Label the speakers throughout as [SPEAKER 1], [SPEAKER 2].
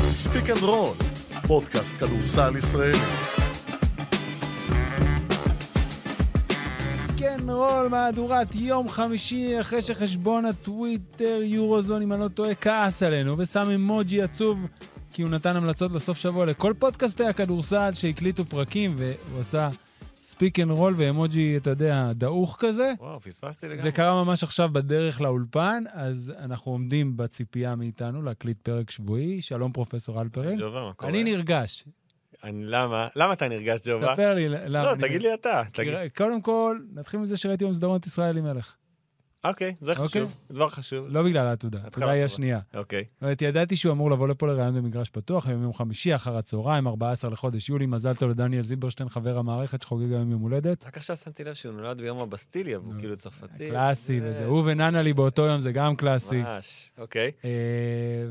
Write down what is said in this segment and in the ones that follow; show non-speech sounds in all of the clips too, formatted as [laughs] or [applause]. [SPEAKER 1] ספיק אנד רול, פודקאסט כדורסל ישראלי.
[SPEAKER 2] כן, רול, מהדורת יום חמישי, אחרי שחשבון הטוויטר יורוזון, אם אני לא טועה, כעס עלינו, ושם אימוג'י עצוב, כי הוא נתן המלצות לסוף שבוע לכל פודקאסטי הכדורסל שהקליטו פרקים, והוא עשה ספיק אנד רול ואימוג'י, אתה יודע, דעוך כזה.
[SPEAKER 3] וואו, פספסתי לגמרי.
[SPEAKER 2] זה קרה ממש עכשיו בדרך לאולפן, אז אנחנו עומדים בציפייה מאיתנו להקליט פרק שבועי. שלום, פרופסור אלפרין.
[SPEAKER 3] ג'ובה, מה קורה?
[SPEAKER 2] אני נרגש.
[SPEAKER 3] אני- למה? למה אתה נרגש, ג'ובה?
[SPEAKER 2] ספר לי למה.
[SPEAKER 3] לא,
[SPEAKER 2] אני-
[SPEAKER 3] תגיד לי אתה.
[SPEAKER 2] כי
[SPEAKER 3] תגיד-
[SPEAKER 2] ר- קודם כל, נתחיל מזה שראיתי היום סדרות ישראל עם מלך.
[SPEAKER 3] אוקיי, זה
[SPEAKER 2] אוקיי.
[SPEAKER 3] חשוב. דבר חשוב.
[SPEAKER 2] לא בגלל העתודה,
[SPEAKER 3] התחלה
[SPEAKER 2] התודה היא
[SPEAKER 3] טובה.
[SPEAKER 2] השנייה.
[SPEAKER 3] אוקיי.
[SPEAKER 2] זאת אומרת, ידעתי שהוא אמור לבוא לפה לראיון במגרש פתוח, היום יום חמישי אחר הצהריים, 14 לחודש יולי, מזל טוב לדניאל זילברשטיין, חבר המערכת שחוגג היום יום הולדת.
[SPEAKER 3] רק עכשיו שמתי לב שהוא נולד ביום הבסטיליה, והוא
[SPEAKER 2] נו,
[SPEAKER 3] כאילו צרפתי.
[SPEAKER 2] קלאסי וזה, הוא וננלי באותו יום זה גם קלאסי.
[SPEAKER 3] ממש. אוקיי.
[SPEAKER 2] אה,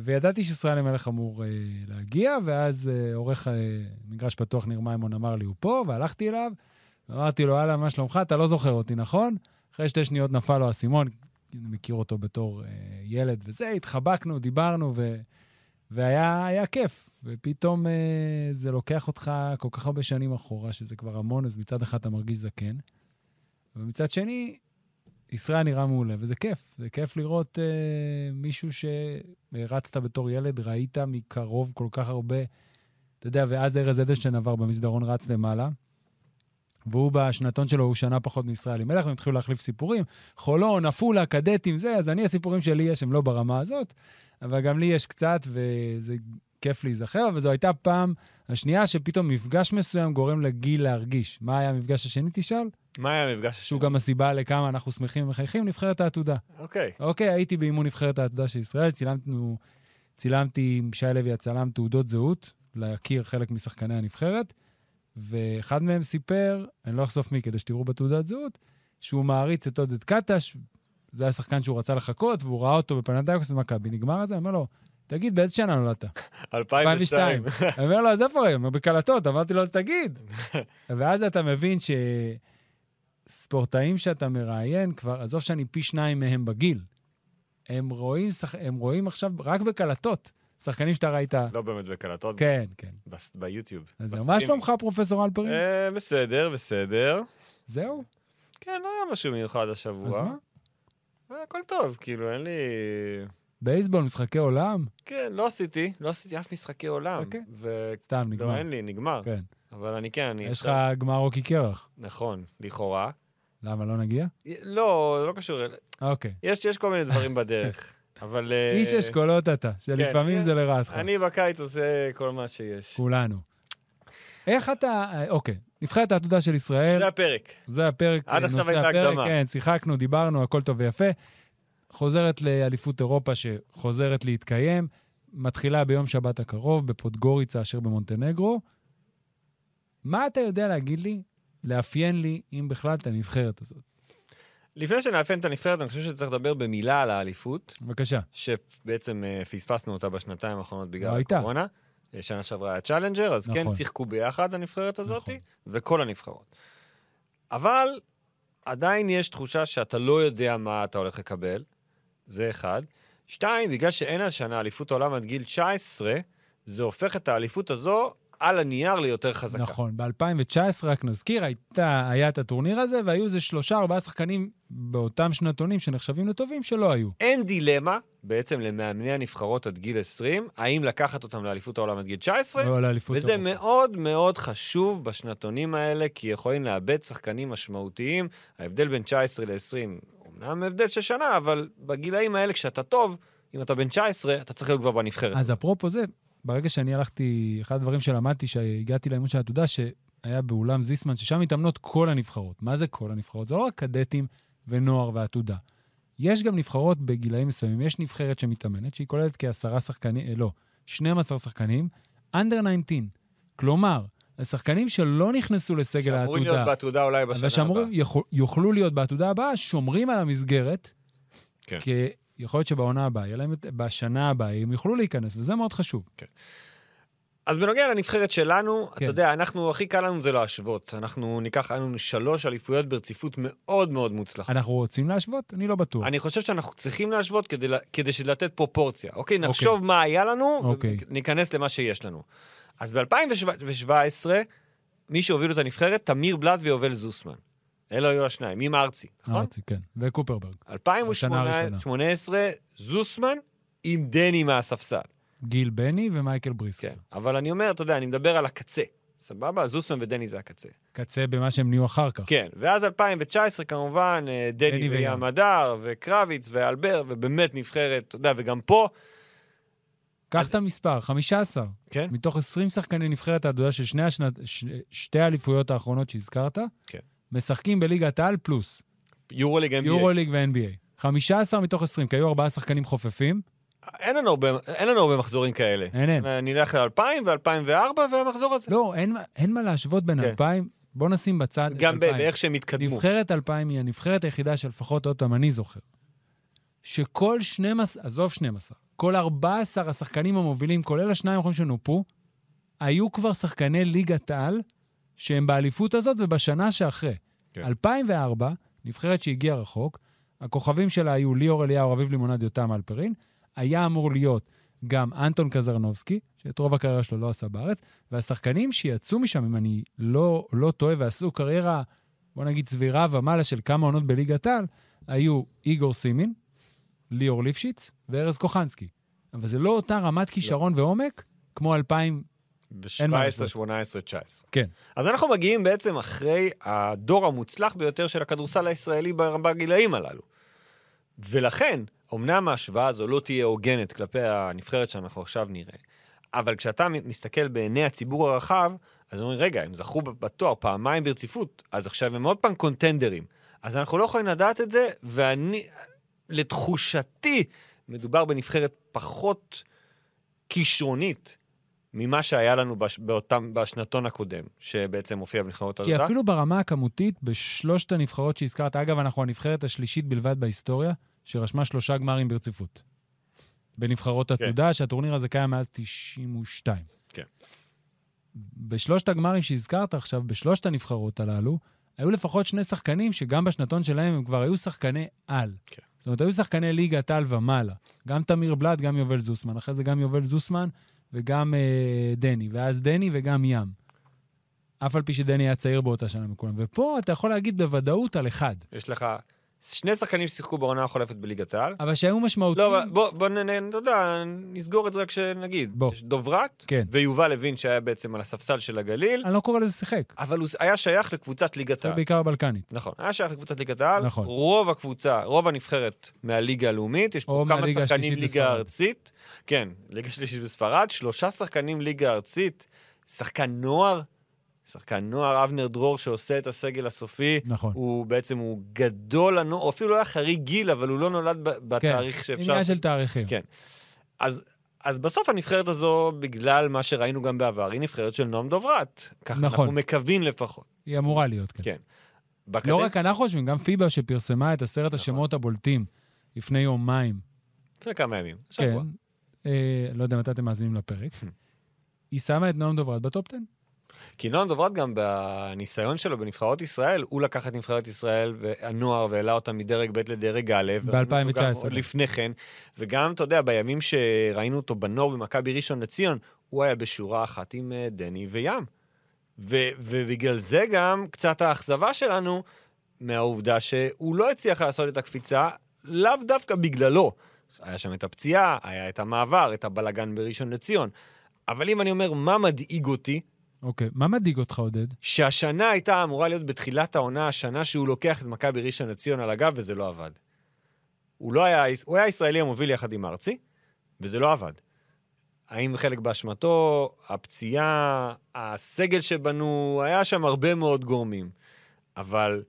[SPEAKER 2] וידעתי שישראל המלך אמור אה, להגיע, ואז אה, עורך אה, מגרש פתוח ניר מימון אמר לי, הוא פה, והלכתי אליו, אמרתי לו, אהלן, מה שלומך? אתה לא זוכר אותי, נכון? אחרי שתי שניות נפל לו האסימון, אני מכיר אותו בתור אה, ילד וזה, התחבקנו, דיברנו, ו... והיה היה כיף. ופתאום אה, זה לוקח אותך כל כך הרבה שנים אחורה, שזה כבר המון, אז מצד אחד אתה מרגיש זקן, ומצד שני, ישראל נראה מעולה, וזה כיף. זה כיף לראות אה, מישהו שהרצת בתור ילד, ראית מקרוב כל כך הרבה. אתה יודע, ואז ארז אדלשטיין עבר במסדרון רץ למעלה, והוא בשנתון שלו, הוא שנה פחות מישראל עם מלך, והם התחילו להחליף סיפורים. חולון, עפולה, קדטים, זה, אז אני, הסיפורים שלי יש, הם לא ברמה הזאת, אבל גם לי יש קצת, וזה כיף להיזכר, וזו הייתה פעם השנייה שפתאום מפגש מסוים גורם לגיל להרגיש. מה היה המפגש השני, תשאל?
[SPEAKER 3] מה היה המפגש השני?
[SPEAKER 2] שהוא גם הסיבה לכמה אנחנו שמחים ומחייכים, נבחרת העתודה.
[SPEAKER 3] אוקיי.
[SPEAKER 2] אוקיי, הייתי באימון נבחרת העתודה של ישראל, צילמנו, צילמתי עם שי לוי הצלם תעודות זהות, להכיר חלק משחקני הנבחרת, ואחד מהם סיפר, אני לא אחשוף מי כדי שתראו בתעודת זהות, שהוא מעריץ את עודד קטש, זה היה שחקן שהוא רצה לחכות, והוא ראה אותו בפנדקוס במכבי, נגמר הזה, אני אומר לו, תגיד, באיזה שנה נולדת?
[SPEAKER 3] 2002.
[SPEAKER 2] 2002. אני אומר לו, אז איפה הם? הוא בקלטות. אמרתי לו, אז תגיד. ואז אתה מבין שספורטאים שאתה מראיין, כבר, עזוב שאני פי שניים מהם בגיל, הם רואים, שח... הם רואים עכשיו רק בקלטות, שחקנים שאתה ראית.
[SPEAKER 3] [laughs] לא באמת בקלטות.
[SPEAKER 2] כן, כן.
[SPEAKER 3] בס- ביוטיוב.
[SPEAKER 2] אז לא מה
[SPEAKER 3] בסטרימינג.
[SPEAKER 2] שלומך, פרופסור אלפרין?
[SPEAKER 3] אה, בסדר, בסדר.
[SPEAKER 2] זהו?
[SPEAKER 3] כן, לא היה משהו מיוחד השבוע.
[SPEAKER 2] אז מה?
[SPEAKER 3] אה, הכל טוב, כאילו, אין לי...
[SPEAKER 2] בייסבול, משחקי עולם?
[SPEAKER 3] כן, לא עשיתי, לא עשיתי אף משחקי עולם.
[SPEAKER 2] אוקיי.
[SPEAKER 3] ולא,
[SPEAKER 2] סתם, נגמר.
[SPEAKER 3] לא, אין לי, נגמר.
[SPEAKER 2] כן.
[SPEAKER 3] אבל אני כן, אני...
[SPEAKER 2] יש לך
[SPEAKER 3] עכשיו-
[SPEAKER 2] גמר רוקי קרח.
[SPEAKER 3] נכון, לכאורה.
[SPEAKER 2] למה, לא נגיע?
[SPEAKER 3] לא, זה לא קשור. אל-
[SPEAKER 2] אוקיי.
[SPEAKER 3] יש, יש כל מיני דברים בדרך, [laughs] אבל... אה,
[SPEAKER 2] איש אשכולות אתה, שלפעמים
[SPEAKER 3] כן.
[SPEAKER 2] זה לרעתך.
[SPEAKER 3] אני בקיץ עושה כל מה שיש.
[SPEAKER 2] כולנו. איך אתה, אוקיי, נבחרת העתודה של ישראל,
[SPEAKER 3] זה הפרק.
[SPEAKER 2] זה הפרק,
[SPEAKER 3] עד עכשיו
[SPEAKER 2] נושא
[SPEAKER 3] הייתה
[SPEAKER 2] הפרק,
[SPEAKER 3] הקדמה.
[SPEAKER 2] כן, שיחקנו, דיברנו, הכל טוב ויפה. חוזרת לאליפות אירופה שחוזרת להתקיים, מתחילה ביום שבת הקרוב בפודגוריצה אשר במונטנגרו. מה אתה יודע להגיד לי, לאפיין לי, אם בכלל, את הנבחרת הזאת?
[SPEAKER 3] לפני שנאפיין את הנבחרת, אני חושב שצריך לדבר במילה על האליפות,
[SPEAKER 2] בבקשה.
[SPEAKER 3] שבעצם אה, פספסנו אותה בשנתיים האחרונות
[SPEAKER 2] לא
[SPEAKER 3] בגלל
[SPEAKER 2] הייתה.
[SPEAKER 3] הקורונה. אה, שנה שעברה היה צ'אלנג'ר, אז כן
[SPEAKER 2] נכון.
[SPEAKER 3] שיחקו ביחד הנבחרת הזאת,
[SPEAKER 2] נכון.
[SPEAKER 3] וכל הנבחרות. אבל עדיין יש תחושה שאתה לא יודע מה אתה הולך לקבל, זה אחד. שתיים, בגלל שאין השנה אליפות העולם עד גיל 19, זה הופך את האליפות הזו על הנייר ליותר חזקה.
[SPEAKER 2] נכון, ב-2019, רק נזכיר, הייתה, היה את הטורניר הזה, והיו איזה שלושה, ארבעה שחקנים באותם שנתונים שנחשבים לטובים שלא היו.
[SPEAKER 3] אין דילמה בעצם למאמני הנבחרות עד גיל 20, האם לקחת אותם לאליפות העולם עד גיל 19,
[SPEAKER 2] לא על האליפות
[SPEAKER 3] וזה
[SPEAKER 2] אירופה.
[SPEAKER 3] מאוד מאוד חשוב בשנתונים האלה, כי יכולים לאבד שחקנים משמעותיים. ההבדל בין 19 ל-20, אמנם הבדל של שנה, אבל בגילאים האלה כשאתה טוב, אם אתה בן 19, אתה צריך להיות כבר בנבחרת.
[SPEAKER 2] אז אפרופו זה, ברגע שאני הלכתי, אחד הדברים שלמדתי שהגעתי לאימון של העתודה, שהיה באולם זיסמן, ששם מתאמנות כל הנבחרות. מה זה כל הנבחרות? זה לא רק קדטים ונוער ועתודה. יש גם נבחרות בגילאים מסוימים. יש נבחרת שמתאמנת, שהיא כוללת כעשרה שחקנים, אה, לא, 12 שחקנים, under 19. כלומר, השחקנים שלא נכנסו לסגל העתודה,
[SPEAKER 3] אמורים להיות בעתודה אולי בשנה
[SPEAKER 2] אבל
[SPEAKER 3] הבאה.
[SPEAKER 2] שאמורים, יכול- יוכלו להיות בעתודה הבאה, שומרים על המסגרת,
[SPEAKER 3] כן.
[SPEAKER 2] כי יכול להיות שבעונה הבאה, יהיה להם, יותר- בשנה הבאה, הם יוכלו להיכנס, וזה מאוד חשוב.
[SPEAKER 3] אז בנוגע לנבחרת שלנו, כן. אתה
[SPEAKER 2] כן.
[SPEAKER 3] יודע, אנחנו, הכי קל לנו זה להשוות. אנחנו ניקח, היה לנו שלוש אליפויות ברציפות מאוד מאוד מוצלחות.
[SPEAKER 2] אנחנו רוצים להשוות? אני לא בטוח.
[SPEAKER 3] נכון. אני חושב שאנחנו צריכים להשוות כדי, ל- כדי לתת פרופורציה. אוקיי, נחשוב אוקיי. מה היה לנו,
[SPEAKER 2] אוקיי.
[SPEAKER 3] וניכנס למה שיש לנו. אז ב-2017, מי שהובילו את הנבחרת, תמיר בלאט ויובל זוסמן. אלה היו השניים, עם ארצי, נכון?
[SPEAKER 2] ארצי, כן. וקופרברג. בשנה הראשונה.
[SPEAKER 3] 2018, זוסמן עם דני מהספסל.
[SPEAKER 2] גיל בני ומייקל בריסק.
[SPEAKER 3] כן, אבל אני אומר, אתה יודע, אני מדבר על הקצה. סבבה? זוסמן ודני זה הקצה.
[SPEAKER 2] קצה במה שהם נהיו אחר כך.
[SPEAKER 3] כן, ואז 2019 כמובן, אה,
[SPEAKER 2] דני
[SPEAKER 3] דני
[SPEAKER 2] וים.
[SPEAKER 3] וים הדר, וקרביץ, ואלבר, ובאמת נבחרת, אתה יודע, וגם פה,
[SPEAKER 2] קח את המספר, 15.
[SPEAKER 3] כן,
[SPEAKER 2] מתוך 20 שחקני נבחרת העתודה של שני השנת, ש, שתי האליפויות האחרונות שהזכרת,
[SPEAKER 3] כן.
[SPEAKER 2] משחקים בליגת העל פלוס,
[SPEAKER 3] יורוליג NBA.
[SPEAKER 2] יורוליג ו-NBA. 15 מתוך 20, כי היו ארבעה שחקנים חופפים,
[SPEAKER 3] אין לנו הרבה- אין לנו הרבה מחזורים כאלה. אה,
[SPEAKER 2] אין הם.
[SPEAKER 3] אני אלך ל-2000 ו-2004 והמחזור הזה.
[SPEAKER 2] לא, אין, מה- אין מה להשוות בין
[SPEAKER 3] כן.
[SPEAKER 2] 2000, בוא נשים בצד את
[SPEAKER 3] גם ב-
[SPEAKER 2] 2000.
[SPEAKER 3] באיך שהם התקדמו.
[SPEAKER 2] לא, נבחרת 2000 היא הנבחרת היחידה שלפחות, עוד פעם, אני זוכר, שכל 12, עזוב 12, כל 14 השחקנים המובילים, כולל השניים האחרונים שנופו, היו כבר שחקני ליגת העל, שהם באליפות הזאת ובשנה שאחרי.
[SPEAKER 3] כן.
[SPEAKER 2] 2004, נבחרת שהגיעה רחוק, הכוכבים שלה היו ליאור אליהו, רביב לימונד, יותם אלפרין, היה אמור להיות גם אנטון קזרנובסקי, שאת רוב הקריירה שלו לא עשה בארץ, והשחקנים שיצאו משם, אם אני לא, לא טועה, ועשו קריירה, בוא נגיד, סבירה ומעלה של כמה עונות בליגת העל, היו איגור סימין, ליאור ליפשיץ וארז קוחנסקי. אבל זה לא אותה רמת כישרון ועומק כמו 2000, אין מה
[SPEAKER 3] ב-17,
[SPEAKER 2] להשוות.
[SPEAKER 3] 18, 19.
[SPEAKER 2] כן.
[SPEAKER 3] אז אנחנו מגיעים בעצם אחרי הדור המוצלח ביותר של הכדורסל הישראלי ב- בגילאים הללו. ולכן, אמנם ההשוואה הזו לא תהיה הוגנת כלפי הנבחרת שאנחנו עכשיו נראה, אבל כשאתה מ- מסתכל בעיני הציבור הרחב, אז אומרים, רגע, הם זכו ב- בתואר פעמיים ברציפות, אז עכשיו הם עוד פעם קונטנדרים. אז אנחנו לא יכולים לדעת את זה, ואני, לתחושתי, מדובר בנבחרת פחות כישרונית ממה שהיה לנו בש... באותם... בשנתון הקודם, שבעצם הופיע בנבחרות
[SPEAKER 2] כי
[SPEAKER 3] התודעה.
[SPEAKER 2] אפילו ברמה הכמותית, בשלושת הנבחרות שהזכרת, אגב, אנחנו הנבחרת השלישית בלבד בהיסטוריה, שרשמה שלושה גמרים ברציפות. בנבחרות עתודה, שהטורניר הזה קיים מאז 92.
[SPEAKER 3] כן.
[SPEAKER 2] בשלושת הגמרים שהזכרת עכשיו, בשלושת הנבחרות הללו, היו לפחות שני שחקנים שגם בשנתון שלהם הם כבר היו שחקני על.
[SPEAKER 3] כן.
[SPEAKER 2] זאת אומרת, היו שחקני ליגת על ומעלה. גם תמיר בלאט, גם יובל זוסמן. אחרי זה גם יובל זוסמן וגם אה, דני. ואז דני וגם ים. אף על פי שדני היה צעיר באותה שנה מכולם. ופה אתה יכול להגיד בוודאות על אחד,
[SPEAKER 3] יש לך שני שחקנים ששיחקו בעונה החולפת בליגת העל.
[SPEAKER 2] אבל שהיו משמעותיים...
[SPEAKER 3] לא, אבל בוא, בוא, נ- נ- אתה יודע, נסגור את זה רק שנגיד.
[SPEAKER 2] בוא.
[SPEAKER 3] יש דוברת,
[SPEAKER 2] כן.
[SPEAKER 3] ויובל לוין שהיה בעצם על הספסל של הגליל,
[SPEAKER 2] אני לא קורא לזה שיחק.
[SPEAKER 3] אבל הוא היה שייך לקבוצת ליגת
[SPEAKER 2] זה
[SPEAKER 3] העל.
[SPEAKER 2] בעיקר הבלקנית.
[SPEAKER 3] נכון, היה שייך לקבוצת ליגת העל.
[SPEAKER 2] נכון.
[SPEAKER 3] רוב הקבוצה, רוב הנבחרת מהליגה הלאומית, יש פה
[SPEAKER 2] או
[SPEAKER 3] כמה
[SPEAKER 2] מהליגה
[SPEAKER 3] שחקנים
[SPEAKER 2] השלישית
[SPEAKER 3] ליגה
[SPEAKER 2] בספרד.
[SPEAKER 3] ארצית. כן, ליגה שלישית בספרד, שלושה שחקנים ליגה ארצית, שחקן נוער, שחקן נוער, אבנר דרור שעושה את הסגל הסופי.
[SPEAKER 2] נכון.
[SPEAKER 3] הוא בעצם, הוא גדול, לנו- הוא אפילו לא היה חריג גיל, אבל הוא לא נולד ב- בתאריך שאפשר...
[SPEAKER 2] כן, עניין של תאריכים.
[SPEAKER 3] כן. אז, אז בסוף הנבחרת הזו, בגלל מה שראינו גם בעבר, היא נבחרת של נועם דוברת. ככה
[SPEAKER 2] נכון.
[SPEAKER 3] אנחנו מקווים לפחות.
[SPEAKER 2] היא אמורה להיות, כן.
[SPEAKER 3] כן. בקדנציה-
[SPEAKER 2] לא רק אנחנו חושבים, גם פיבה שפרסמה את עשרת
[SPEAKER 3] נכון.
[SPEAKER 2] השמות הבולטים לפני יומיים.
[SPEAKER 3] לפני כמה ימים.
[SPEAKER 2] כן.
[SPEAKER 3] שבוע. Hmm.
[SPEAKER 2] אה, לא יודע מתי אתם מאזינים לפרק. היא שמה את נועם דוברת בטופ 10.
[SPEAKER 3] כי נועם דוברת גם בניסיון שלו בנבחרות ישראל, הוא לקח את נבחרת ישראל והנוער והעלה אותה מדרג ב' לדרג א', וראינו אותו גם
[SPEAKER 2] ב-2019.
[SPEAKER 3] עוד לפני כן, וגם, אתה יודע, בימים שראינו אותו בנוער במכבי ראשון לציון, הוא היה בשורה אחת עם אה, דני וים. ו- ובגלל זה גם קצת האכזבה שלנו מהעובדה שהוא לא הצליח לעשות את הקפיצה, לאו דווקא בגללו. היה שם את הפציעה, היה את המעבר, את הבלגן בראשון לציון. אבל אם אני אומר מה מדאיג אותי,
[SPEAKER 2] אוקיי, מה מדאיג אותך, עודד?
[SPEAKER 3] שהשנה הייתה אמורה להיות בתחילת העונה, השנה שהוא לוקח את מכבי ראשון לציון על הגב, וזה לא עבד. הוא, לא היה, הוא היה הישראלי המוביל יחד עם ארצי, וזה לא עבד. האם חלק באשמתו, הפציעה, הסגל שבנו, היה שם הרבה מאוד גורמים. אבל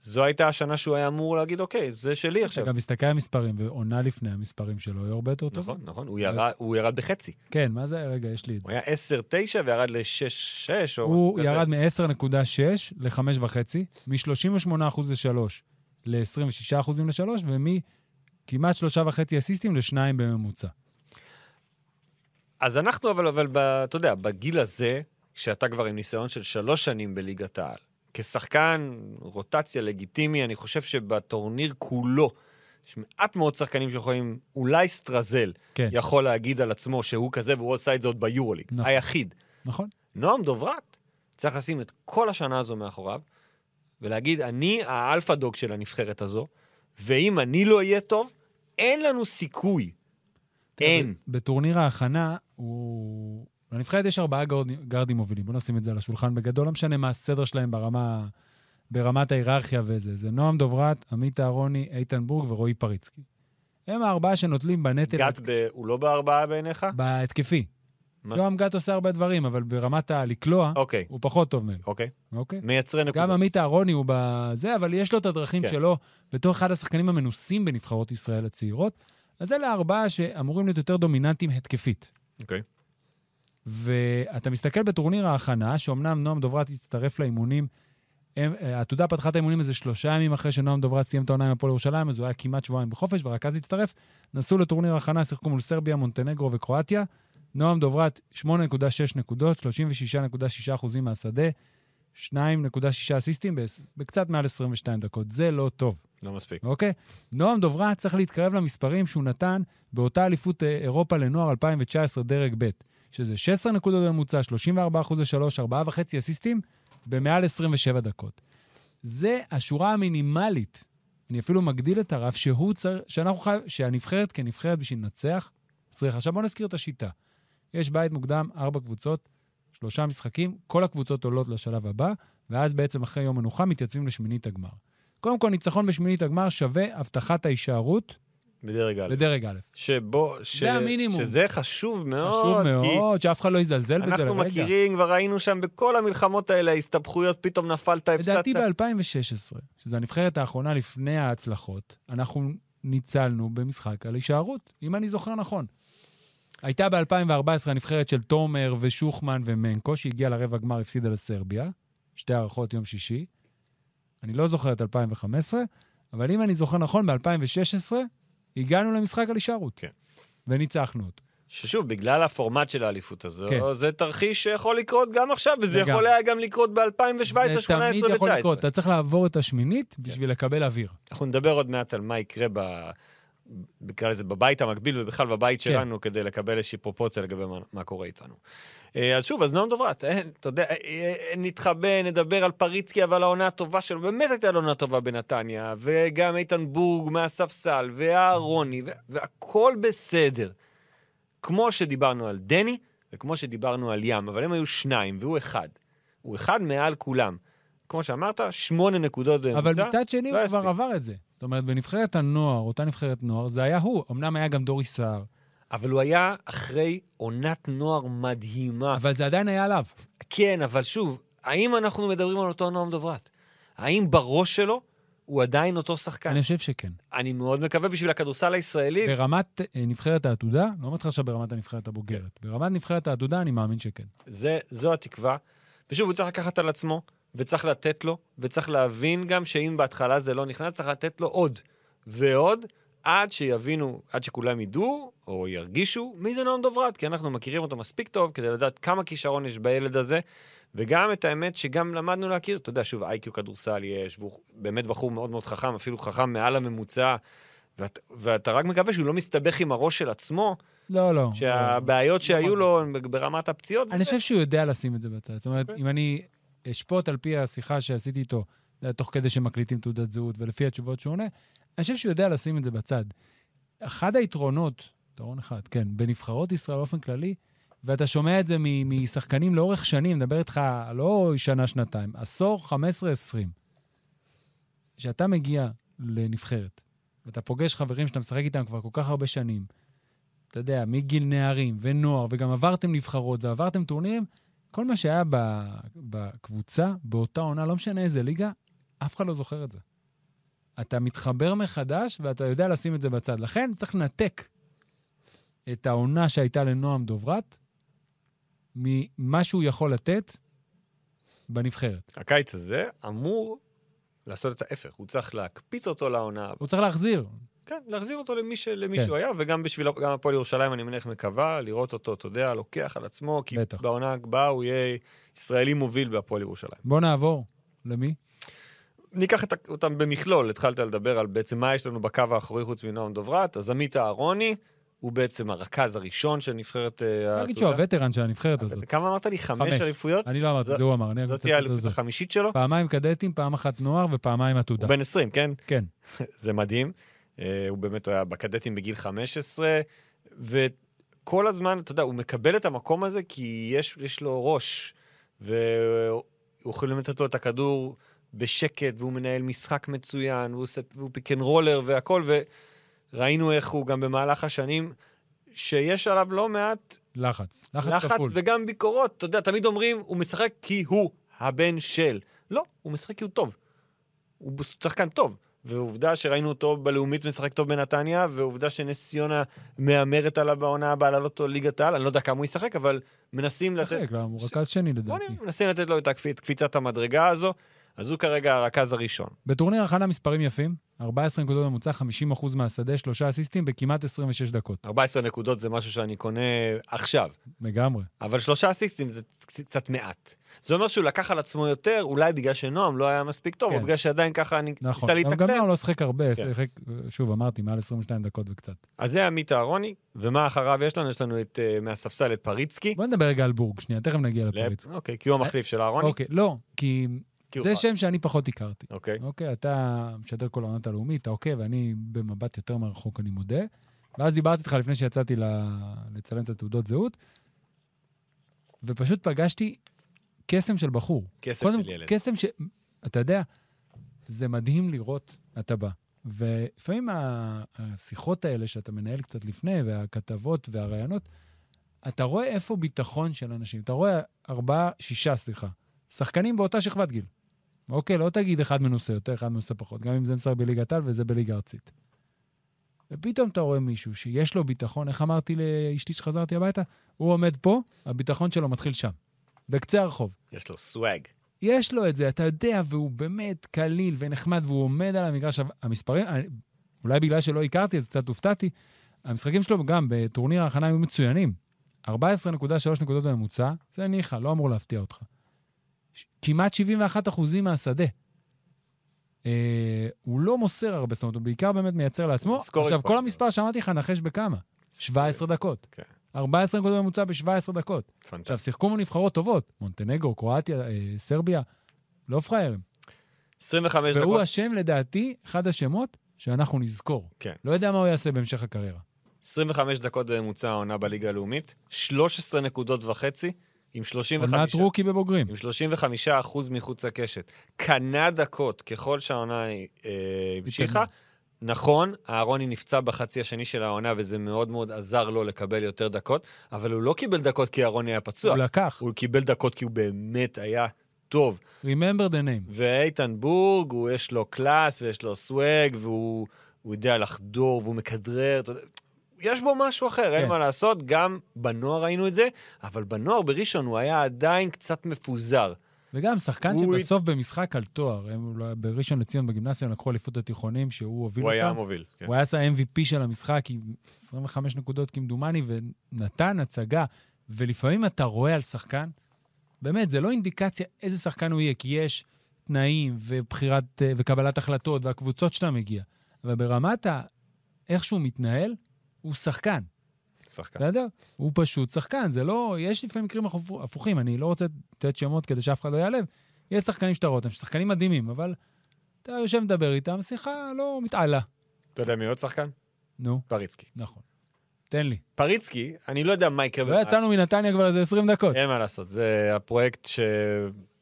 [SPEAKER 3] זו הייתה השנה שהוא היה אמור להגיד, אוקיי, זה שלי
[SPEAKER 2] אתה
[SPEAKER 3] עכשיו.
[SPEAKER 2] גם לא מסתכל על המספרים, ועונה לפני המספרים שלו, היא הרבה יותר טובה.
[SPEAKER 3] נכון, נכון, הוא ירד, הוא ירד בחצי.
[SPEAKER 2] כן, מה זה? רגע, יש לי את זה.
[SPEAKER 3] הוא היה 10-9 וירד ל-6-6 או משהו
[SPEAKER 2] הוא
[SPEAKER 3] כזה.
[SPEAKER 2] ירד מ-10.6 ל-5.5, מ-38% ל-3 ל-26% ל-3, ומכמעט 3.5 אסיסטים ל-2 בממוצע.
[SPEAKER 3] אז אנחנו, אבל, אבל ב, אתה יודע, בגיל הזה, כשאתה כבר עם ניסיון של שלוש שנים בליגת העל, כשחקן רוטציה לגיטימי, אני חושב שבטורניר כולו, יש מעט מאוד שחקנים שיכולים, אולי סטרזל
[SPEAKER 2] כן,
[SPEAKER 3] יכול להגיד על עצמו שהוא כזה, והוא עשה את זה עוד ביורוליג,
[SPEAKER 2] נכון.
[SPEAKER 3] היחיד.
[SPEAKER 2] נכון.
[SPEAKER 3] נועם דוברת צריך לשים את כל השנה הזו מאחוריו, ולהגיד, אני האלפא דוג של הנבחרת הזו, ואם אני לא אהיה טוב, אין לנו סיכוי. אין.
[SPEAKER 2] בטורניר ההכנה, הוא... לנבחרת יש ארבעה גארד- גארדים מובילים, בוא נשים את זה על השולחן בגדול, לא משנה מה הסדר שלהם ברמה, ברמת ההיררכיה וזה. זה נועם דוברת, עמית אהרוני, איתן בורג ורועי פריצקי. הם הארבעה שנוטלים בנטל
[SPEAKER 3] גת, ב... הוא לא בארבעה בעיניך?
[SPEAKER 2] בהתקפי.
[SPEAKER 3] מה?
[SPEAKER 2] יואם גת עושה הרבה דברים, אבל ברמת הלקלוע,
[SPEAKER 3] אוקיי,
[SPEAKER 2] הוא פחות טוב מהם,
[SPEAKER 3] אוקיי.
[SPEAKER 2] אוקיי?
[SPEAKER 3] מייצרי נקודות.
[SPEAKER 2] גם עמית אהרוני הוא בזה, אבל יש לו את הדרכים
[SPEAKER 3] כן.
[SPEAKER 2] שלו, בתור אחד השחקנים המנוסים בנבחרות ישראל הצעירות. אז אלה ארבעה שאמורים להיות יותר דומיננטיים התקפית.
[SPEAKER 3] אוקיי.
[SPEAKER 2] ואתה מסתכל בטורניר ההכנה, שאומנם נועם דוברת הצטרף לאימונים, הם, אה, העתודה פתחה את האימונים איזה שלושה ימים אחרי שנועם דוברת סיים את העונה עם הפועל ירושלים, אז הוא היה כמעט שבועיים בחופש, ורק אז הצטרף. נסעו לטורניר ההכנה, שיחקו מול סרביה, מונטנגרו וקרואטיה. נועם דוברת, 8.6 נקודות, 36.6 אחוזים מהשדה, 2.6 אסיסטים, בעש- בקצת מעל 22 דקות. זה לא טוב.
[SPEAKER 3] לא מספיק.
[SPEAKER 2] אוקיי? נועם דוברת צריך להתקרב למספרים שהוא נתן באותה אליפות אה, אירופה לנוער 2019 דרג ב', שזה 16 נקודות בממוצע, 34 אחוז ל-3, 4.5 אסיסטים, במעל 27 דקות. זה השורה המינימלית. אני אפילו מגדיל את הרף שהוא צריך, שאנחנו חייב, שהנבחרת כנבחרת בשביל לנצח, צריך. עכשיו בואו נזכיר את השיטה. יש בית מוקדם, ארבע קבוצות, שלושה משחקים, כל הקבוצות עולות לשלב הבא, ואז בעצם אחרי יום מנוחה מתייצבים לשמינית הגמר. קודם כל, ניצחון בשמינית הגמר שווה הבטחת ההישארות
[SPEAKER 3] בדרג א'.
[SPEAKER 2] לדרג א'.
[SPEAKER 3] שבו... ש...
[SPEAKER 2] זה המינימום.
[SPEAKER 3] שזה חשוב מאוד.
[SPEAKER 2] חשוב
[SPEAKER 3] לא, כי
[SPEAKER 2] מאוד שאף אחד לא יזלזל בזה לרגע.
[SPEAKER 3] אנחנו מכירים, כבר היינו שם בכל המלחמות האלה, הסתבכויות, פתאום נפלת, הפסדת.
[SPEAKER 2] לדעתי ב-2016, שזו הנבחרת האחרונה לפני ההצלחות, אנחנו ניצלנו במשחק על הישארות, אם אני זוכר נכון. הייתה ב-2014 הנבחרת של תומר ושוחמן ומנקו, שהגיעה לרבע גמר, הפסידה לסרביה, שתי הערכות יום שישי. אני לא זוכר את 2015, אבל אם אני זוכר נכון, ב-2016 הגענו למשחק על הישארות.
[SPEAKER 3] כן.
[SPEAKER 2] וניצחנו אותו.
[SPEAKER 3] ששוב, בגלל הפורמט של האליפות הזו,
[SPEAKER 2] כן.
[SPEAKER 3] זה תרחיש שיכול לקרות גם עכשיו, וזה
[SPEAKER 2] לגמרי.
[SPEAKER 3] יכול היה גם לקרות ב-2017,
[SPEAKER 2] זה תמיד
[SPEAKER 3] 2018
[SPEAKER 2] יכול לקרות,
[SPEAKER 3] ו-2019.
[SPEAKER 2] אתה צריך לעבור את
[SPEAKER 3] כן.
[SPEAKER 2] השמינית בשביל לקבל אוויר.
[SPEAKER 3] אנחנו נדבר עוד מעט על מה יקרה ב... נקרא לזה בבית המקביל ובכלל בבית
[SPEAKER 2] כן.
[SPEAKER 3] שלנו, כדי לקבל איזושהי פרופורציה לגבי מה, מה קורה איתנו. אה, אז שוב, אז נועם דוברת, אין, אתה יודע, אה, אה, נתחבא, נדבר על פריצקי, אבל העונה הטובה שלו, באמת הייתה לו עונה טובה בנתניה, וגם איתן בורג מהספסל, והרוני, וה- והכל בסדר. כמו שדיברנו על דני, וכמו שדיברנו על ים, אבל הם היו שניים, והוא אחד. הוא אחד מעל כולם. כמו שאמרת, שמונה נקודות בממוצע.
[SPEAKER 2] אבל מצד שני
[SPEAKER 3] לא
[SPEAKER 2] הוא
[SPEAKER 3] יספיק.
[SPEAKER 2] כבר עבר את זה. זאת אומרת, בנבחרת הנוער, אותה נבחרת נוער, זה היה הוא. אמנם היה גם דורי סער,
[SPEAKER 3] אבל הוא היה אחרי עונת נוער מדהימה. אבל...
[SPEAKER 2] אבל זה עדיין היה עליו.
[SPEAKER 3] כן, אבל שוב, האם אנחנו מדברים על אותו נועם דוברת? האם בראש שלו הוא עדיין אותו שחקן? אני,
[SPEAKER 2] אני חושב שכן.
[SPEAKER 3] אני מאוד מקווה בשביל הכדורסל הישראלי.
[SPEAKER 2] ברמת אה, נבחרת העתודה, לא אומר לך עכשיו ברמת הנבחרת הבוגרת. ברמת נבחרת העתודה אני מאמין שכן.
[SPEAKER 3] זה, זו התקווה. ושוב, הוא צריך לקחת על עצמו, וצריך לתת לו, וצריך להבין גם שאם בהתחלה זה לא נכנס, צריך לתת לו עוד ועוד, עד שיבינו, עד שכולם ידעו, או ירגישו, מי זה נועם דוברת, כי אנחנו מכירים אותו מספיק טוב כדי לדעת כמה כישרון יש בילד הזה, וגם את האמת שגם למדנו להכיר, אתה יודע, שוב, איי-קיו כדורסל יש, והוא באמת בחור מאוד מאוד חכם, אפילו חכם מעל הממוצע. ואת, ואתה רק מקווה שהוא לא מסתבך עם הראש של עצמו,
[SPEAKER 2] לא, לא.
[SPEAKER 3] שהבעיות שהיו לו הן ברמת הפציעות.
[SPEAKER 2] אני חושב שהוא יודע לשים את זה בצד. זאת אומרת, אם אני אשפוט על פי השיחה שעשיתי איתו, זה היה תוך כדי שמקליטים תעודת זהות, ולפי התשובות שהוא עונה, אני חושב שהוא יודע לשים את זה בצד. אחד היתרונות, יתרון אחד, כן, בנבחרות ישראל באופן כללי, ואתה שומע את זה מ- משחקנים לאורך שנים, מדבר איתך לא שנה-שנתיים, עשור, 15-20. כשאתה מגיע לנבחרת, ואתה פוגש חברים שאתה משחק איתם כבר כל כך הרבה שנים, אתה יודע, מגיל נערים ונוער, וגם עברתם נבחרות ועברתם טורנירים, כל מה שהיה ב- בקבוצה, באותה עונה, לא משנה איזה ליגה, אף אחד לא זוכר את זה. אתה מתחבר מחדש ואתה יודע לשים את זה בצד. לכן צריך לנתק את העונה שהייתה לנועם דוברת ממה שהוא יכול לתת בנבחרת.
[SPEAKER 3] הקיץ הזה אמור לעשות את ההפך, הוא צריך להקפיץ אותו לעונה הבאה.
[SPEAKER 2] הוא צריך להחזיר.
[SPEAKER 3] כן, להחזיר אותו למי, ש... למי כן. שהוא היה, וגם בשביל, גם הפועל ירושלים, אני מניח, מקווה לראות אותו, אתה יודע, לוקח על עצמו, כי
[SPEAKER 2] בטח.
[SPEAKER 3] בעונה הבאה הוא יהיה ישראלי מוביל בהפועל ירושלים.
[SPEAKER 2] בוא נעבור. למי?
[SPEAKER 3] ניקח את, ה- אותם במכלול, התחלת לדבר על בעצם מה יש לנו בקו האחורי חוץ מנועם דוברת, אז עמית אהרוני הוא בעצם הרכז הראשון של נבחרת... אה,
[SPEAKER 2] נגיד שהוא
[SPEAKER 3] העתודה.
[SPEAKER 2] הווטרן של הנבחרת הזאת.
[SPEAKER 3] כמה אמרת לי? חמש
[SPEAKER 2] חמש.
[SPEAKER 3] אליפויות?
[SPEAKER 2] אני לא אמרתי,
[SPEAKER 3] ז-
[SPEAKER 2] זה הוא אמר. אני
[SPEAKER 3] זאת
[SPEAKER 2] הקבוצה
[SPEAKER 3] תהיה
[SPEAKER 2] הזאת.
[SPEAKER 3] האליפות החמישית שלו?
[SPEAKER 2] פעמיים קדטים, פעם אחת נוער ופעמיים עתודה.
[SPEAKER 3] הוא בן 20, כן?
[SPEAKER 2] כן.
[SPEAKER 3] זה מדהים. אה, הוא באמת היה בקדטים בגיל 15, וכל הזמן, אתה יודע, הוא מקבל את המקום הזה כי יש, יש לו ראש, ויכולים לתת לו את הכדור בשקט, והוא מנהל משחק מצוין, והוא, עושה, והוא פיק אנד רולר והכל, וראינו איך הוא גם במהלך השנים, שיש עליו לא מעט
[SPEAKER 2] לחץ. לחץ
[SPEAKER 3] לחץ
[SPEAKER 2] כפול.
[SPEAKER 3] וגם ביקורות. אתה יודע, תמיד אומרים, הוא משחק כי הוא הבן של. לא, הוא משחק כי הוא טוב. הוא בס- שחקן טוב. ועובדה שראינו אותו בלאומית משחק טוב בנתניה, ועובדה שנס ציונה מהמרת עליו בעונה הבאה לעלות אותו ליגת העל, אני לא יודע כמה הוא ישחק, אבל מנסים לתת...
[SPEAKER 2] צודק, לא, הוא רכז שני
[SPEAKER 3] בוא
[SPEAKER 2] לדעתי.
[SPEAKER 3] נראה, מנסים לתת לו את הקפיצ- קפיצת המדרגה הזו, אז הוא כרגע הרכז הראשון.
[SPEAKER 2] בטורניר הכנה המספרים יפים, 14 נקודות ממוצע, 50% מהשדה, שלושה אסיסטים בכמעט 26 דקות.
[SPEAKER 3] 14 נקודות זה משהו שאני קונה עכשיו.
[SPEAKER 2] לגמרי.
[SPEAKER 3] אבל שלושה אסיסטים זה קצ- קצת מעט. זה אומר שהוא לקח על עצמו יותר, אולי בגלל שנועם לא היה מספיק טוב,
[SPEAKER 2] כן.
[SPEAKER 3] או בגלל שעדיין ככה אני
[SPEAKER 2] נכון. אבל
[SPEAKER 3] ניסה
[SPEAKER 2] גם
[SPEAKER 3] להתאקלם.
[SPEAKER 2] נאור לא שחק הרבה,
[SPEAKER 3] כן.
[SPEAKER 2] שיחק, שוב, אמרתי, מעל 22 דקות וקצת.
[SPEAKER 3] אז זה עמית אהרוני, ומה אחריו יש לנו? יש לנו את, אה, מהספסל את פריצקי.
[SPEAKER 2] בוא נדבר רגע על בורג, שנייה, תכף נגיע
[SPEAKER 3] לפ-
[SPEAKER 2] לפריץ.
[SPEAKER 3] אוקיי, כי הוא המחליף של אהרוני.
[SPEAKER 2] אוקיי, לא, כי
[SPEAKER 3] כי הוא
[SPEAKER 2] זה
[SPEAKER 3] פר-
[SPEAKER 2] שם שאני פחות הכרתי.
[SPEAKER 3] אוקיי.
[SPEAKER 2] אוקיי, אתה משדר כל העונת הלאומית, אתה עוקב, אני במבט יותר מרחוק, אני מודה. ואז דיברתי איתך לפני שיצאתי ל- לצלם את התעודות זהות, ופשוט פגשתי קסם של בחור.
[SPEAKER 3] קסם
[SPEAKER 2] קודם, כן.
[SPEAKER 3] של ילד.
[SPEAKER 2] קסם ש... אתה יודע, זה מדהים לראות, אתה בא. ולפעמים ה- השיחות האלה שאתה מנהל קצת לפני, והכתבות והראיונות, אתה רואה איפה ביטחון של אנשים. אתה רואה ארבעה, שישה, סליחה, שחקנים באותה שכבת גיל. אוקיי, לא תגיד אחד מנוסה יותר, אחד מנוסה פחות, גם אם זה משחק בליגת העל וזה בליגה ארצית. ופתאום אתה רואה מישהו שיש לו ביטחון, איך אמרתי לאשתי שחזרתי הביתה? הוא עומד פה, הביטחון שלו מתחיל שם, בקצה הרחוב.
[SPEAKER 3] יש לו סוואג.
[SPEAKER 2] יש לו את זה, אתה יודע, והוא באמת קליל ונחמד, והוא עומד על המגרש. אבל המספרים, אני- אולי בגלל שלא הכרתי, אז קצת הופתעתי. המשחקים שלו גם בטורניר ההכנה היו מצוינים. 14.3 נקודות בממוצע, זה ניחא, לא אמור להפתיע אותך. ש- כמעט 71% מהשדה. אה, הוא לא מוסר הרבה, זאת אומרת, הוא בעיקר באמת מייצר לעצמו.
[SPEAKER 3] סקורינג
[SPEAKER 2] עכשיו, כל
[SPEAKER 3] פוינט.
[SPEAKER 2] המספר שאמרתי לך, נחש בכמה? 17 דקות.
[SPEAKER 3] כן.
[SPEAKER 2] 14 נקודות בממוצע ב-17 דקות.
[SPEAKER 3] פנטסטי.
[SPEAKER 2] עכשיו, שיחקו מול נבחרות טובות, מונטנגו, קרואטיה, אה, סרביה, לא פראיירים.
[SPEAKER 3] 25
[SPEAKER 2] והוא
[SPEAKER 3] דקות.
[SPEAKER 2] השם, לדעתי, אחד השמות שאנחנו נזכור.
[SPEAKER 3] כן.
[SPEAKER 2] לא יודע מה הוא יעשה בהמשך הקריירה.
[SPEAKER 3] 25 דקות בממוצע העונה בליגה הלאומית, 13 נקודות וחצי, עם 35...
[SPEAKER 2] עונת רוקי בבוגרים.
[SPEAKER 3] עם 35 אחוז מחוץ לקשת. קנה דקות ככל שהעונה אה, המשיכה. נכון, אהרוני נפצע בחצי השני של העונה, וזה מאוד מאוד עזר לו לקבל יותר דקות, אבל הוא לא קיבל דקות כי אהרוני היה פצוע.
[SPEAKER 2] הוא לקח,
[SPEAKER 3] הוא קיבל דקות כי הוא באמת היה טוב.
[SPEAKER 2] remember the name.
[SPEAKER 3] ואיתן בורג, הוא יש לו קלאס ויש לו סוואג, והוא הוא יודע לחדור והוא מכדרר, אתה יודע. יש בו משהו אחר, אין
[SPEAKER 2] כן.
[SPEAKER 3] מה לעשות, גם בנוער ראינו את זה, אבל בנוער בראשון הוא היה עדיין קצת מפוזר.
[SPEAKER 2] וגם שחקן
[SPEAKER 3] הוא-
[SPEAKER 2] שבסוף במשחק על תואר, הם לא- בראשון לציון בגימנסיה הם לקחו אליפות התיכונים שהוא הוביל
[SPEAKER 3] הוא היה
[SPEAKER 2] אותם.
[SPEAKER 3] המוביל. כן.
[SPEAKER 2] הוא היה עשה MVP של המשחק עם 25 נקודות כמדומני, ונתן הצגה. ולפעמים אתה רואה על שחקן, באמת, זה לא אינדיקציה איזה שחקן הוא יהיה, כי יש תנאים ובחירת, אה, וקבלת החלטות והקבוצות שאתה מגיע. אבל ברמת ה... איך שהוא מתנהל, הוא שחקן,
[SPEAKER 3] שחקן.
[SPEAKER 2] בסדר? הוא פשוט שחקן, זה לא... יש לפעמים מקרים הפוך- הפוכים, אני לא רוצה לתת שמות כדי שאף אחד לא ייעלב. יש שחקנים שאתה רואה אותם, שחקנים מדהימים, אבל אתה יושב ומדבר איתם, שיחה לא מתעלה.
[SPEAKER 3] אתה יודע מי עוד שחקן?
[SPEAKER 2] נו.
[SPEAKER 3] פריצקי.
[SPEAKER 2] נכון. תן לי.
[SPEAKER 3] פריצקי, אני לא יודע מה יקרה.
[SPEAKER 2] לא יצאנו מנתניה כבר איזה 20 דקות.
[SPEAKER 3] אין מה לעשות, זה הפרויקט ש...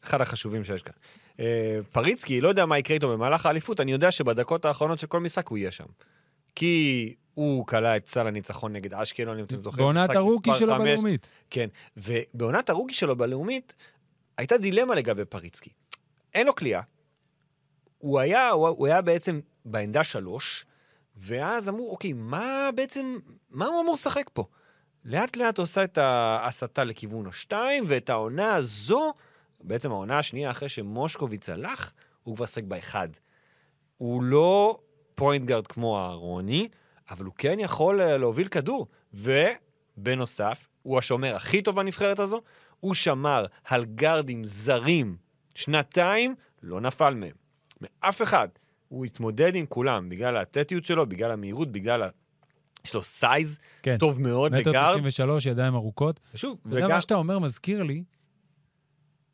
[SPEAKER 3] אחד החשובים שיש כאן. אה, פריצקי, לא יודע מה יקרה איתו במהלך האליפות, אני יודע שבדקות האחרונות של כל משחק הוא יהיה שם. כי הוא כלא את סל הניצחון נגד אשקלון, אם אתם זוכרים.
[SPEAKER 2] בעונת
[SPEAKER 3] משחק
[SPEAKER 2] הרוקי
[SPEAKER 3] מספר
[SPEAKER 2] שלו
[SPEAKER 3] חמש.
[SPEAKER 2] בלאומית.
[SPEAKER 3] כן, ובעונת הרוקי שלו בלאומית, הייתה דילמה לגבי פריצקי. אין לו כליאה. הוא היה, הוא, הוא היה בעצם בעמדה שלוש, ואז אמרו, אוקיי, מה בעצם, מה הוא אמור לשחק פה? לאט לאט הוא עושה את ההסטה לכיוון השתיים, ואת העונה הזו, בעצם העונה השנייה אחרי שמושקוביץ הלך, הוא כבר שחק באחד. הוא לא פוינט גארד כמו אהרוני, אבל הוא כן יכול אה, להוביל כדור. ובנוסף, הוא השומר הכי טוב בנבחרת הזו, הוא שמר על גארדים זרים שנתיים, לא נפל מהם. מאף אחד. הוא התמודד עם כולם, בגלל האתטיות שלו, בגלל המהירות, בגלל ה... יש לו סייז
[SPEAKER 2] כן.
[SPEAKER 3] טוב מאוד
[SPEAKER 2] מטר
[SPEAKER 3] לגארד.
[SPEAKER 2] 93, ידיים ארוכות.
[SPEAKER 3] שוב,
[SPEAKER 2] אתה יודע, מה שאתה אומר מזכיר לי,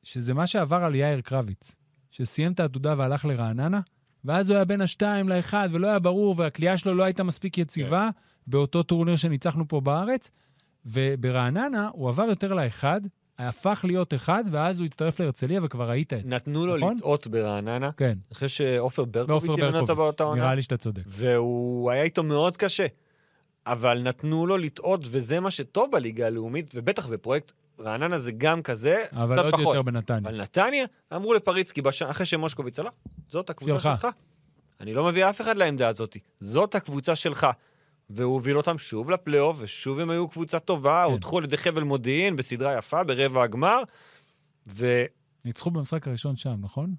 [SPEAKER 2] שזה מה שעבר על יאיר קרביץ, שסיים את העתודה והלך לרעננה, ואז הוא היה בין השתיים לאחד, ולא היה ברור, והכלייה שלו לא הייתה מספיק יציבה,
[SPEAKER 3] כן.
[SPEAKER 2] באותו טורניר שניצחנו פה בארץ, וברעננה הוא עבר יותר לאחד, הפך להיות אחד, ואז הוא הצטרף להרצליה וכבר ראית את זה.
[SPEAKER 3] נתנו לו
[SPEAKER 2] נכון?
[SPEAKER 3] לטעות ברעננה.
[SPEAKER 2] כן,
[SPEAKER 3] אני חושב שעופר ברקוביץ'
[SPEAKER 2] ועופר
[SPEAKER 3] ימנה אותו
[SPEAKER 2] ברקוביץ',
[SPEAKER 3] באותה עונה,
[SPEAKER 2] נראה לי שאתה צודק.
[SPEAKER 3] והוא היה איתו מאוד קשה. אבל נתנו לו לטעות, וזה מה שטוב בליגה הלאומית, ובטח בפרויקט רעננה זה גם כזה,
[SPEAKER 2] אבל
[SPEAKER 3] קצת
[SPEAKER 2] עוד
[SPEAKER 3] פחות.
[SPEAKER 2] יותר בנתניה.
[SPEAKER 3] אבל נתניה, אמרו לפריצקי, בש... אחרי שמושקוביץ הלך, זאת הקבוצה
[SPEAKER 2] שלך.
[SPEAKER 3] שלך. אני לא מביא אף אחד לעמדה הזאת, זאת הקבוצה שלך. והוא הוביל אותם שוב לפלייאוף, ושוב הם היו קבוצה טובה,
[SPEAKER 2] כן.
[SPEAKER 3] הודחו על ידי חבל מודיעין בסדרה יפה, ברבע הגמר, וכן,
[SPEAKER 2] ניצחו במשחק הראשון שם, נכון?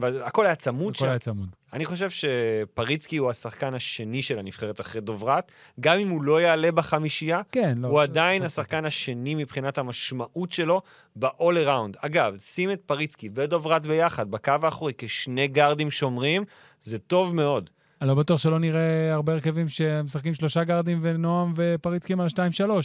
[SPEAKER 3] והכל כן, היה צמוד
[SPEAKER 2] הכל
[SPEAKER 3] שם.
[SPEAKER 2] היה צמוד.
[SPEAKER 3] אני חושב שפריצקי הוא השחקן השני של הנבחרת אחרי דוברת. גם אם הוא לא יעלה בחמישייה,
[SPEAKER 2] כן, לא.
[SPEAKER 3] הוא עדיין השחקן השני מבחינת המשמעות שלו ב-all around. אגב, שים את פריצקי ודוברת ביחד, בקו האחורי, כשני גארדים שומרים, זה טוב מאוד.
[SPEAKER 2] אני לא בטוח שלא נראה הרבה הרכבים שמשחקים שלושה גארדים ונועם ופריצקים על 2-3,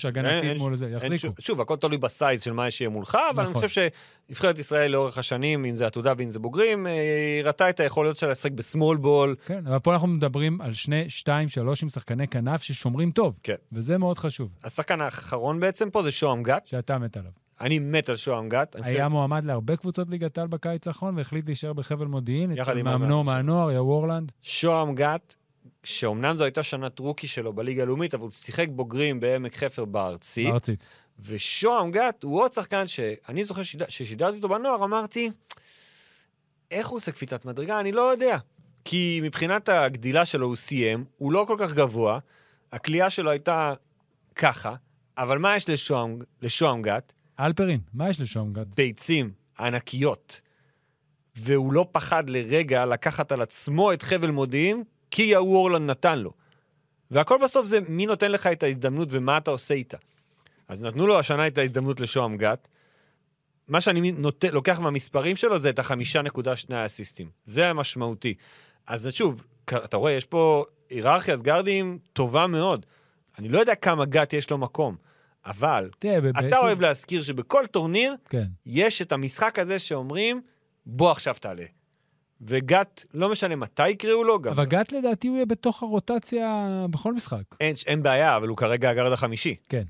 [SPEAKER 3] אין-
[SPEAKER 2] הגנתית
[SPEAKER 3] אין-
[SPEAKER 2] מול זה,
[SPEAKER 3] אין ש-
[SPEAKER 2] יחזיקו.
[SPEAKER 3] שוב, הכל תלוי בסייז של מה שיהיה מולך, אבל אני
[SPEAKER 2] נכון.
[SPEAKER 3] חושב שנבחרת ישראל לאורך השנים, אם זה עתודה ואם זה בוגרים, אה, הראתה את היכולות שלה לשחק בסמול בול.
[SPEAKER 2] כן, אבל פה אנחנו מדברים על שני, שתיים, שלוש עם שחקני כנף ששומרים טוב.
[SPEAKER 3] כן.
[SPEAKER 2] וזה מאוד חשוב,
[SPEAKER 3] השחקן האחרון בעצם פה זה שוהם גת.
[SPEAKER 2] שאתה מת עליו.
[SPEAKER 3] אני מת על שוהם גת. אני חושב-
[SPEAKER 2] היה מועמד להרבה קבוצות ליגת העל בקיץ האחרון והחליט להישאר בחבל מודיעין,
[SPEAKER 3] יחד
[SPEAKER 2] אצל
[SPEAKER 3] עם
[SPEAKER 2] מאמנו
[SPEAKER 3] המאמן שלו.
[SPEAKER 2] מהנוער, יא וורלנד.
[SPEAKER 3] שוהם גת, שאומנם זו הייתה שנת רוקי שלו בליגה הלאומית, אבל הוא שיחק בוגרים בעמק חפר בארצי,
[SPEAKER 2] ארצית.
[SPEAKER 3] ושוהם גת הוא עוד שחקן שאני זוכר ששיד- ששידרתי אותו בנוער, אמרתי, איך הוא עושה קפיצת מדרגה? אני לא יודע. כי מבחינת הגדילה שלו הוא סיים, הוא לא כל כך גבוה, הכלייה שלו הייתה ככה, אבל מה יש לשוהם- לשוהם גת?
[SPEAKER 2] אלפרין, מה יש לשם גד?
[SPEAKER 3] ביצים ענקיות, והוא לא פחד לרגע לקחת על עצמו את חבל מודיעין, כי יאו אורלנד נתן לו. והכל בסוף זה מי נותן לך את ההזדמנות ומה אתה עושה איתה. אז נתנו לו השנה את ההזדמנות לשוהם גת. מה שאני נוט... לוקח מהמספרים שלו זה את החמישה נקודה שני האסיסטים. זה המשמעותי. אז שוב, כ- אתה רואה, יש פה היררכיית גארדים טובה מאוד. אני לא יודע כמה גת יש לו מקום, אבל
[SPEAKER 2] תראה, ב- ב-
[SPEAKER 3] אתה אוהב להזכיר שבכל טורניר
[SPEAKER 2] כן.
[SPEAKER 3] יש את המשחק הזה שאומרים, בוא עכשיו תעלה. וגת, לא משנה מתי יקראו לו, גם לא.
[SPEAKER 2] אבל גת לדעתי הוא יהיה בתוך הרוטציה בכל משחק.
[SPEAKER 3] אין, אין בעיה, אבל הוא כרגע הגרד החמישי.
[SPEAKER 2] כן.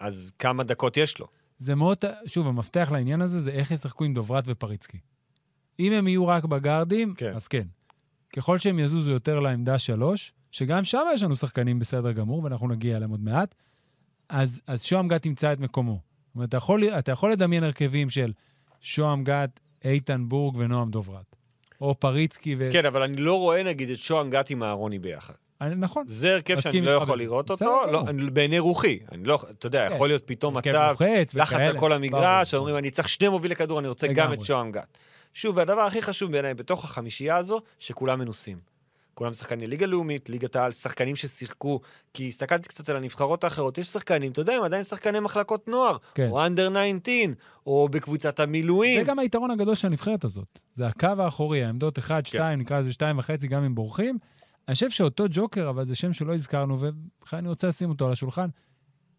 [SPEAKER 3] אז כמה דקות יש לו?
[SPEAKER 2] זה מאוד, שוב, המפתח לעניין הזה זה איך ישחקו עם דוברת ופריצקי. אם הם יהיו רק בגארדים, כן.
[SPEAKER 3] כן.
[SPEAKER 2] אז כן. ככל שהם יזוזו יותר לעמדה שלוש, שגם שם יש לנו שחקנים בסדר גמור, ואנחנו נגיע אליהם עוד מעט, אז, אז שוהם גת ימצא את מקומו. זאת אומרת, אתה יכול, אתה יכול לדמיין הרכבים של שוהם גת, איתן בורג ונועם דוברת. או פריצקי ו...
[SPEAKER 3] כן, אבל אני לא רואה נגיד את שוהם גת עם אהרוני ביחד.
[SPEAKER 2] אני- נכון.
[SPEAKER 3] זה הרכב שאני
[SPEAKER 2] מסכים
[SPEAKER 3] לא
[SPEAKER 2] איתך
[SPEAKER 3] יכול
[SPEAKER 2] בזה.
[SPEAKER 3] לראות
[SPEAKER 2] בסדר
[SPEAKER 3] אותו, לא,
[SPEAKER 2] גמור.
[SPEAKER 3] אני- בעיני רוחי. אני לא, אתה יודע,
[SPEAKER 2] כן.
[SPEAKER 3] יכול להיות פתאום
[SPEAKER 2] הרכב
[SPEAKER 3] מצב,
[SPEAKER 2] לוחץ
[SPEAKER 3] לחץ
[SPEAKER 2] וכאלה.
[SPEAKER 3] על כל
[SPEAKER 2] ברור.
[SPEAKER 3] המגרש, אומרים, אני צריך שני מובילי כדור, אני רוצה גם
[SPEAKER 2] לגמרי.
[SPEAKER 3] את שוהם גת. שוב, והדבר הכי חשוב בעיניי בתוך החמישייה הזו, שכולם מנוסים. כולם שחקני ליגה לאומית, ליגת העל, שחקנים ששיחקו, כי הסתכלתי קצת על הנבחרות האחרות, יש שחקנים, אתה יודע, הם עדיין שחקני מחלקות נוער,
[SPEAKER 2] כן.
[SPEAKER 3] או אנדר 19, או בקבוצת המילואים.
[SPEAKER 2] זה גם היתרון הגדול של הנבחרת הזאת. זה הקו האחורי, העמדות 1, 2, נקרא לזה 2 וחצי, גם אם בורחים. אני חושב שאותו ג'וקר, אבל זה שם שלא הזכרנו, ובכלל אני רוצה לשים אותו על השולחן,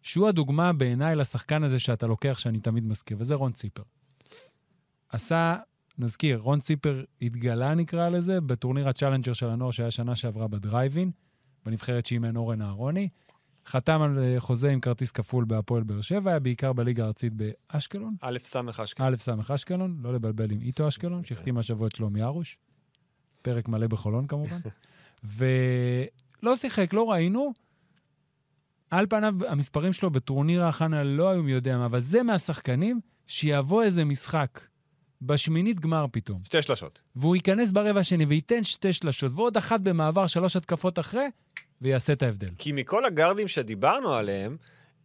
[SPEAKER 2] שהוא הדוגמה בעיניי לשחקן הזה שאתה לוקח, שאני תמיד מזכיר, וזה רון ציפר. עשה, נזכיר, רון ציפר התגלה, נקרא לזה, בטורניר הצ'אלנג'ר של הנוער שהיה שנה שעברה בדרייבין, בנבחרת שאימן אורן אהרוני. חתם על אה, חוזה עם כרטיס כפול בהפועל באר שבע, היה בעיקר בליגה הארצית באשקלון.
[SPEAKER 3] א' ס' אשכנזי.
[SPEAKER 2] א' ס' אשקלון, לא לבלבל עם איטו אשקלון,
[SPEAKER 3] אוקיי.
[SPEAKER 2] שהחתים השבוע את שלומי ארוש. פרק מלא בחולון כמובן.
[SPEAKER 3] [laughs]
[SPEAKER 2] ולא שיחק, לא ראינו. על פניו, המספרים שלו בטורניר ההכנה לא היו מי יודע מה, אבל זה מהשחקנים שיבוא איזה משחק בשמינית גמר פתאום,
[SPEAKER 3] שתי שלשות.
[SPEAKER 2] והוא ייכנס ברבע השני וייתן שתי שלשות, ועוד אחת במעבר, שלוש התקפות אחרי, ויעשה את ההבדל.
[SPEAKER 3] כי מכל הגארדים שדיברנו עליהם,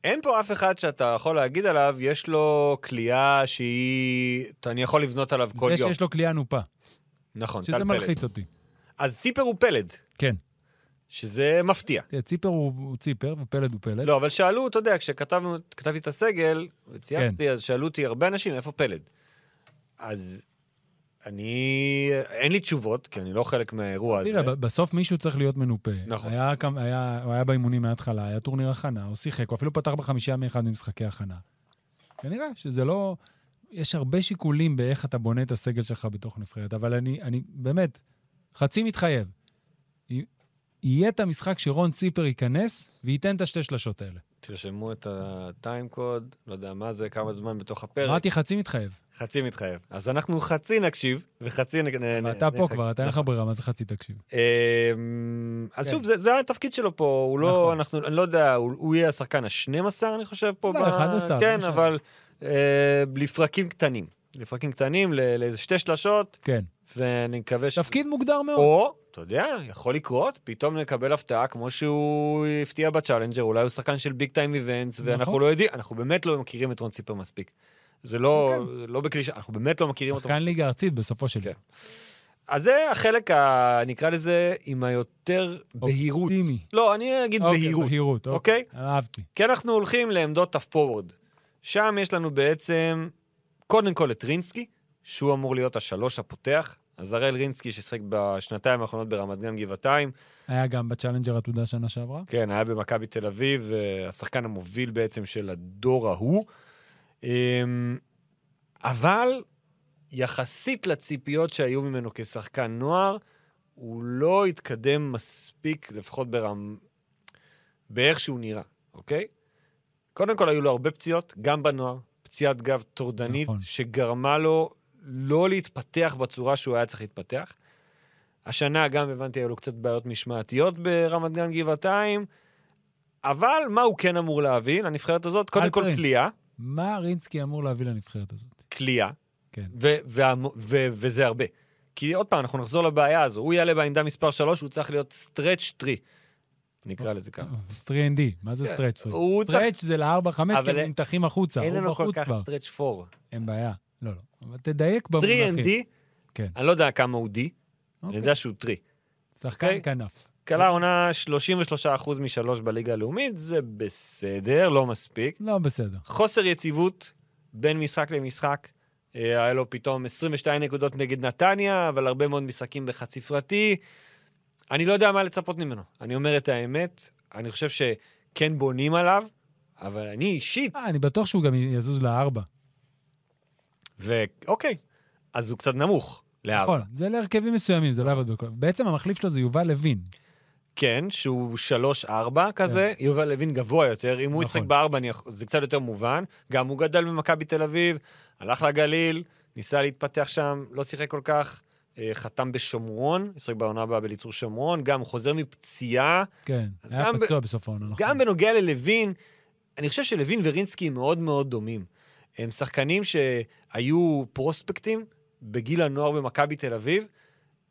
[SPEAKER 3] אין פה אף אחד שאתה יכול להגיד עליו, יש לו כליאה שהיא... אני יכול לבנות עליו כל
[SPEAKER 2] זה
[SPEAKER 3] יום.
[SPEAKER 2] שיש לו כליאה נופה,
[SPEAKER 3] נכון,
[SPEAKER 2] שזה
[SPEAKER 3] טל פלד.
[SPEAKER 2] מלחיץ אותי.
[SPEAKER 3] אז סיפר הוא פלד.
[SPEAKER 2] כן.
[SPEAKER 3] שזה מפתיע.
[SPEAKER 2] תראה, ציפר הוא הוא ציפר ופלד הוא פלד.
[SPEAKER 3] לא, אבל שאלו, אתה יודע, כשכתבנו כתבתי את הסגל,
[SPEAKER 2] כן.
[SPEAKER 3] וציירתי, אז שאלו אותי הרבה אנשים, איפה פלד? אז אני... אין לי תשובות, כי אני לא חלק מהאירוע הזה.
[SPEAKER 2] תראה, ב- בסוף מישהו צריך להיות מנופה.
[SPEAKER 3] אה, נכון.
[SPEAKER 2] היה, כמה- היה, הוא היה באימונים מההתחלה, היה טורניר הכנה, הוא שיחק, הוא אפילו פתח בחמישייה מאחד ממשחקי הכנה. ונראה שזה לא... יש הרבה שיקולים באיך אתה בונה את הסגל שלך בתוך נבחרת, אבל אני, אני באמת, חצי מתחייב. י- יהיה את המשחק שרון ציפר ייכנס וייתן את השתי שלשות האלה.
[SPEAKER 3] תרשמו את הטיים קוד, לא יודע מה זה, כמה זמן בתוך הפרק.
[SPEAKER 2] אמרתי חצי מתחייב.
[SPEAKER 3] חצי מתחייב. אז אנחנו חצי נקשיב, וחצי נ... נ-
[SPEAKER 2] ואתה
[SPEAKER 3] נ-
[SPEAKER 2] פה
[SPEAKER 3] נ-
[SPEAKER 2] כבר, אתה אין לך
[SPEAKER 3] נכון.
[SPEAKER 2] ברירה, מה זה חצי תקשיב?
[SPEAKER 3] אמ, אז
[SPEAKER 2] כן.
[SPEAKER 3] שוב, זה- זה התפקיד שלו פה, הוא לא,
[SPEAKER 2] נכון.
[SPEAKER 3] אנחנו, אני לא יודע, הוא הוא יהיה השחקן ה-12, אני חושב, פה.
[SPEAKER 2] אולי
[SPEAKER 3] ב-
[SPEAKER 2] 11,
[SPEAKER 3] כן,
[SPEAKER 2] לא משנה.
[SPEAKER 3] אבל אה, לפרקים קטנים. לפרקים קטנים, ל- לאיזה שתי שלשות,
[SPEAKER 2] כן.
[SPEAKER 3] ואני מקווה ש...
[SPEAKER 2] תפקיד מוגדר מאוד.
[SPEAKER 3] או, אתה יודע, יכול לקרות, פתאום נקבל הפתעה, כמו שהוא הפתיע בצ'אלנג'ר, אולי הוא שחקן של ביג טיים איבנטס, ואנחנו
[SPEAKER 2] נכון.
[SPEAKER 3] לא יודעים, אנחנו באמת לא מכירים את רון ציפר מספיק. זה לא,
[SPEAKER 2] אוקיי.
[SPEAKER 3] זה לא בקלישה, אנחנו באמת לא מכירים אותו.
[SPEAKER 2] שחקן ליגה ארצית בסופו של
[SPEAKER 3] כן.
[SPEAKER 2] יום.
[SPEAKER 3] אז זה החלק, ה, נקרא לזה, עם היותר בהירות.
[SPEAKER 2] אופטימי.
[SPEAKER 3] לא, אני אגיד
[SPEAKER 2] אוקיי,
[SPEAKER 3] בהירות,
[SPEAKER 2] בהירות,
[SPEAKER 3] אוקיי?
[SPEAKER 2] אהבתי.
[SPEAKER 3] כי אנחנו הולכים לעמדות הפורוורד. שם יש לנו בעצם, קודם כל את רינסקי, שהוא אמור להיות השלוש הפותח. אז הראל רינסקי ששיחק בשנתיים האחרונות ברמת גן גבעתיים,
[SPEAKER 2] היה גם בצ'אלנג'ר עתודה שנה שעברה.
[SPEAKER 3] כן, היה במכבי תל אביב, אה, השחקן המוביל בעצם של הדור ההוא. אמ, אבל יחסית לציפיות שהיו ממנו כשחקן נוער, הוא לא התקדם מספיק, לפחות ברם... באיך שהוא נראה, אוקיי? קודם כל, היו לו הרבה פציעות, גם בנוער, פציעת גב טורדנית,
[SPEAKER 2] נכון.
[SPEAKER 3] שגרמה לו לא להתפתח בצורה שהוא היה צריך להתפתח. השנה גם, הבנתי, היו לו קצת בעיות משמעתיות ברמת גן גבעתיים, אבל מה הוא כן אמור להביא לנבחרת הזאת? קודם כל,
[SPEAKER 2] אלפרין.
[SPEAKER 3] כליאה.
[SPEAKER 2] מה רינסקי אמור להביא לנבחרת הזאת?
[SPEAKER 3] כליאה,
[SPEAKER 2] כן.
[SPEAKER 3] ו- והמ- ו- וזה הרבה. כי עוד פעם, אנחנו נחזור לבעיה הזו. הוא יעלה בעמדה מספר 3, הוא צריך להיות סטרץ' טרי, נקרא לזה ככה.
[SPEAKER 2] 3ND, מה זה
[SPEAKER 3] כן,
[SPEAKER 2] סטרץ'?
[SPEAKER 3] הוא צריך...
[SPEAKER 2] סטרץ' זה ל-4-5, כי
[SPEAKER 3] אבל
[SPEAKER 2] הם נמתחים החוצה,
[SPEAKER 3] אין
[SPEAKER 2] הוא
[SPEAKER 3] לנו כל
[SPEAKER 2] בחוץ
[SPEAKER 3] כך
[SPEAKER 2] כבר.
[SPEAKER 3] סטרץ' 4.
[SPEAKER 2] אין בעיה. לא, לא. אבל תדייק
[SPEAKER 3] 3
[SPEAKER 2] במונחים.
[SPEAKER 3] and D,
[SPEAKER 2] כן.
[SPEAKER 3] אני לא יודע כמה הוא D, אני
[SPEAKER 2] אוקיי.
[SPEAKER 3] יודע שהוא טרי.
[SPEAKER 2] שחקן
[SPEAKER 3] אוקיי.
[SPEAKER 2] כנף.
[SPEAKER 3] כלה עונה 33% משלוש בליגה הלאומית, זה בסדר, לא מספיק.
[SPEAKER 2] לא בסדר.
[SPEAKER 3] חוסר יציבות בין משחק למשחק. אה, היה לו פתאום 22 נקודות נגד נתניה, אבל הרבה מאוד משחקים בחצי ספרתי. אני לא יודע מה לצפות ממנו. אני אומר את האמת, אני חושב שכן בונים עליו, אבל אני אישית,
[SPEAKER 2] אה, אני בטוח שהוא גם יזוז לארבע.
[SPEAKER 3] ואוקיי, אוקיי, אז הוא קצת נמוך לארבע.
[SPEAKER 2] נכון, זה להרכבים מסוימים, זה לא יעבוד בכל... בעצם המחליף שלו זה יובל לוין.
[SPEAKER 3] כן, שהוא 3-4 כזה, יובל לוין גבוה יותר, אם הוא
[SPEAKER 2] נכון.
[SPEAKER 3] ישחק בארבע אני יכול- זה קצת יותר מובן. גם הוא גדל במכבי תל אביב, הלך לגליל, ניסה להתפתח שם, לא שיחק כל כך, אה, חתם בשומרון, ישחק בעונה הבאה בליצור שומרון, גם הוא חוזר מפציעה.
[SPEAKER 2] כן,
[SPEAKER 3] אז
[SPEAKER 2] היה
[SPEAKER 3] גם ב-
[SPEAKER 2] פצוע בסוף העונה,
[SPEAKER 3] אז
[SPEAKER 2] נכון.
[SPEAKER 3] גם בנוגע ללוין, אני חושב שלוין ורינסקי הם מאוד מאוד דומים. הם שחקנים שהיו פרוספקטים בגיל הנוער במכבי תל אביב,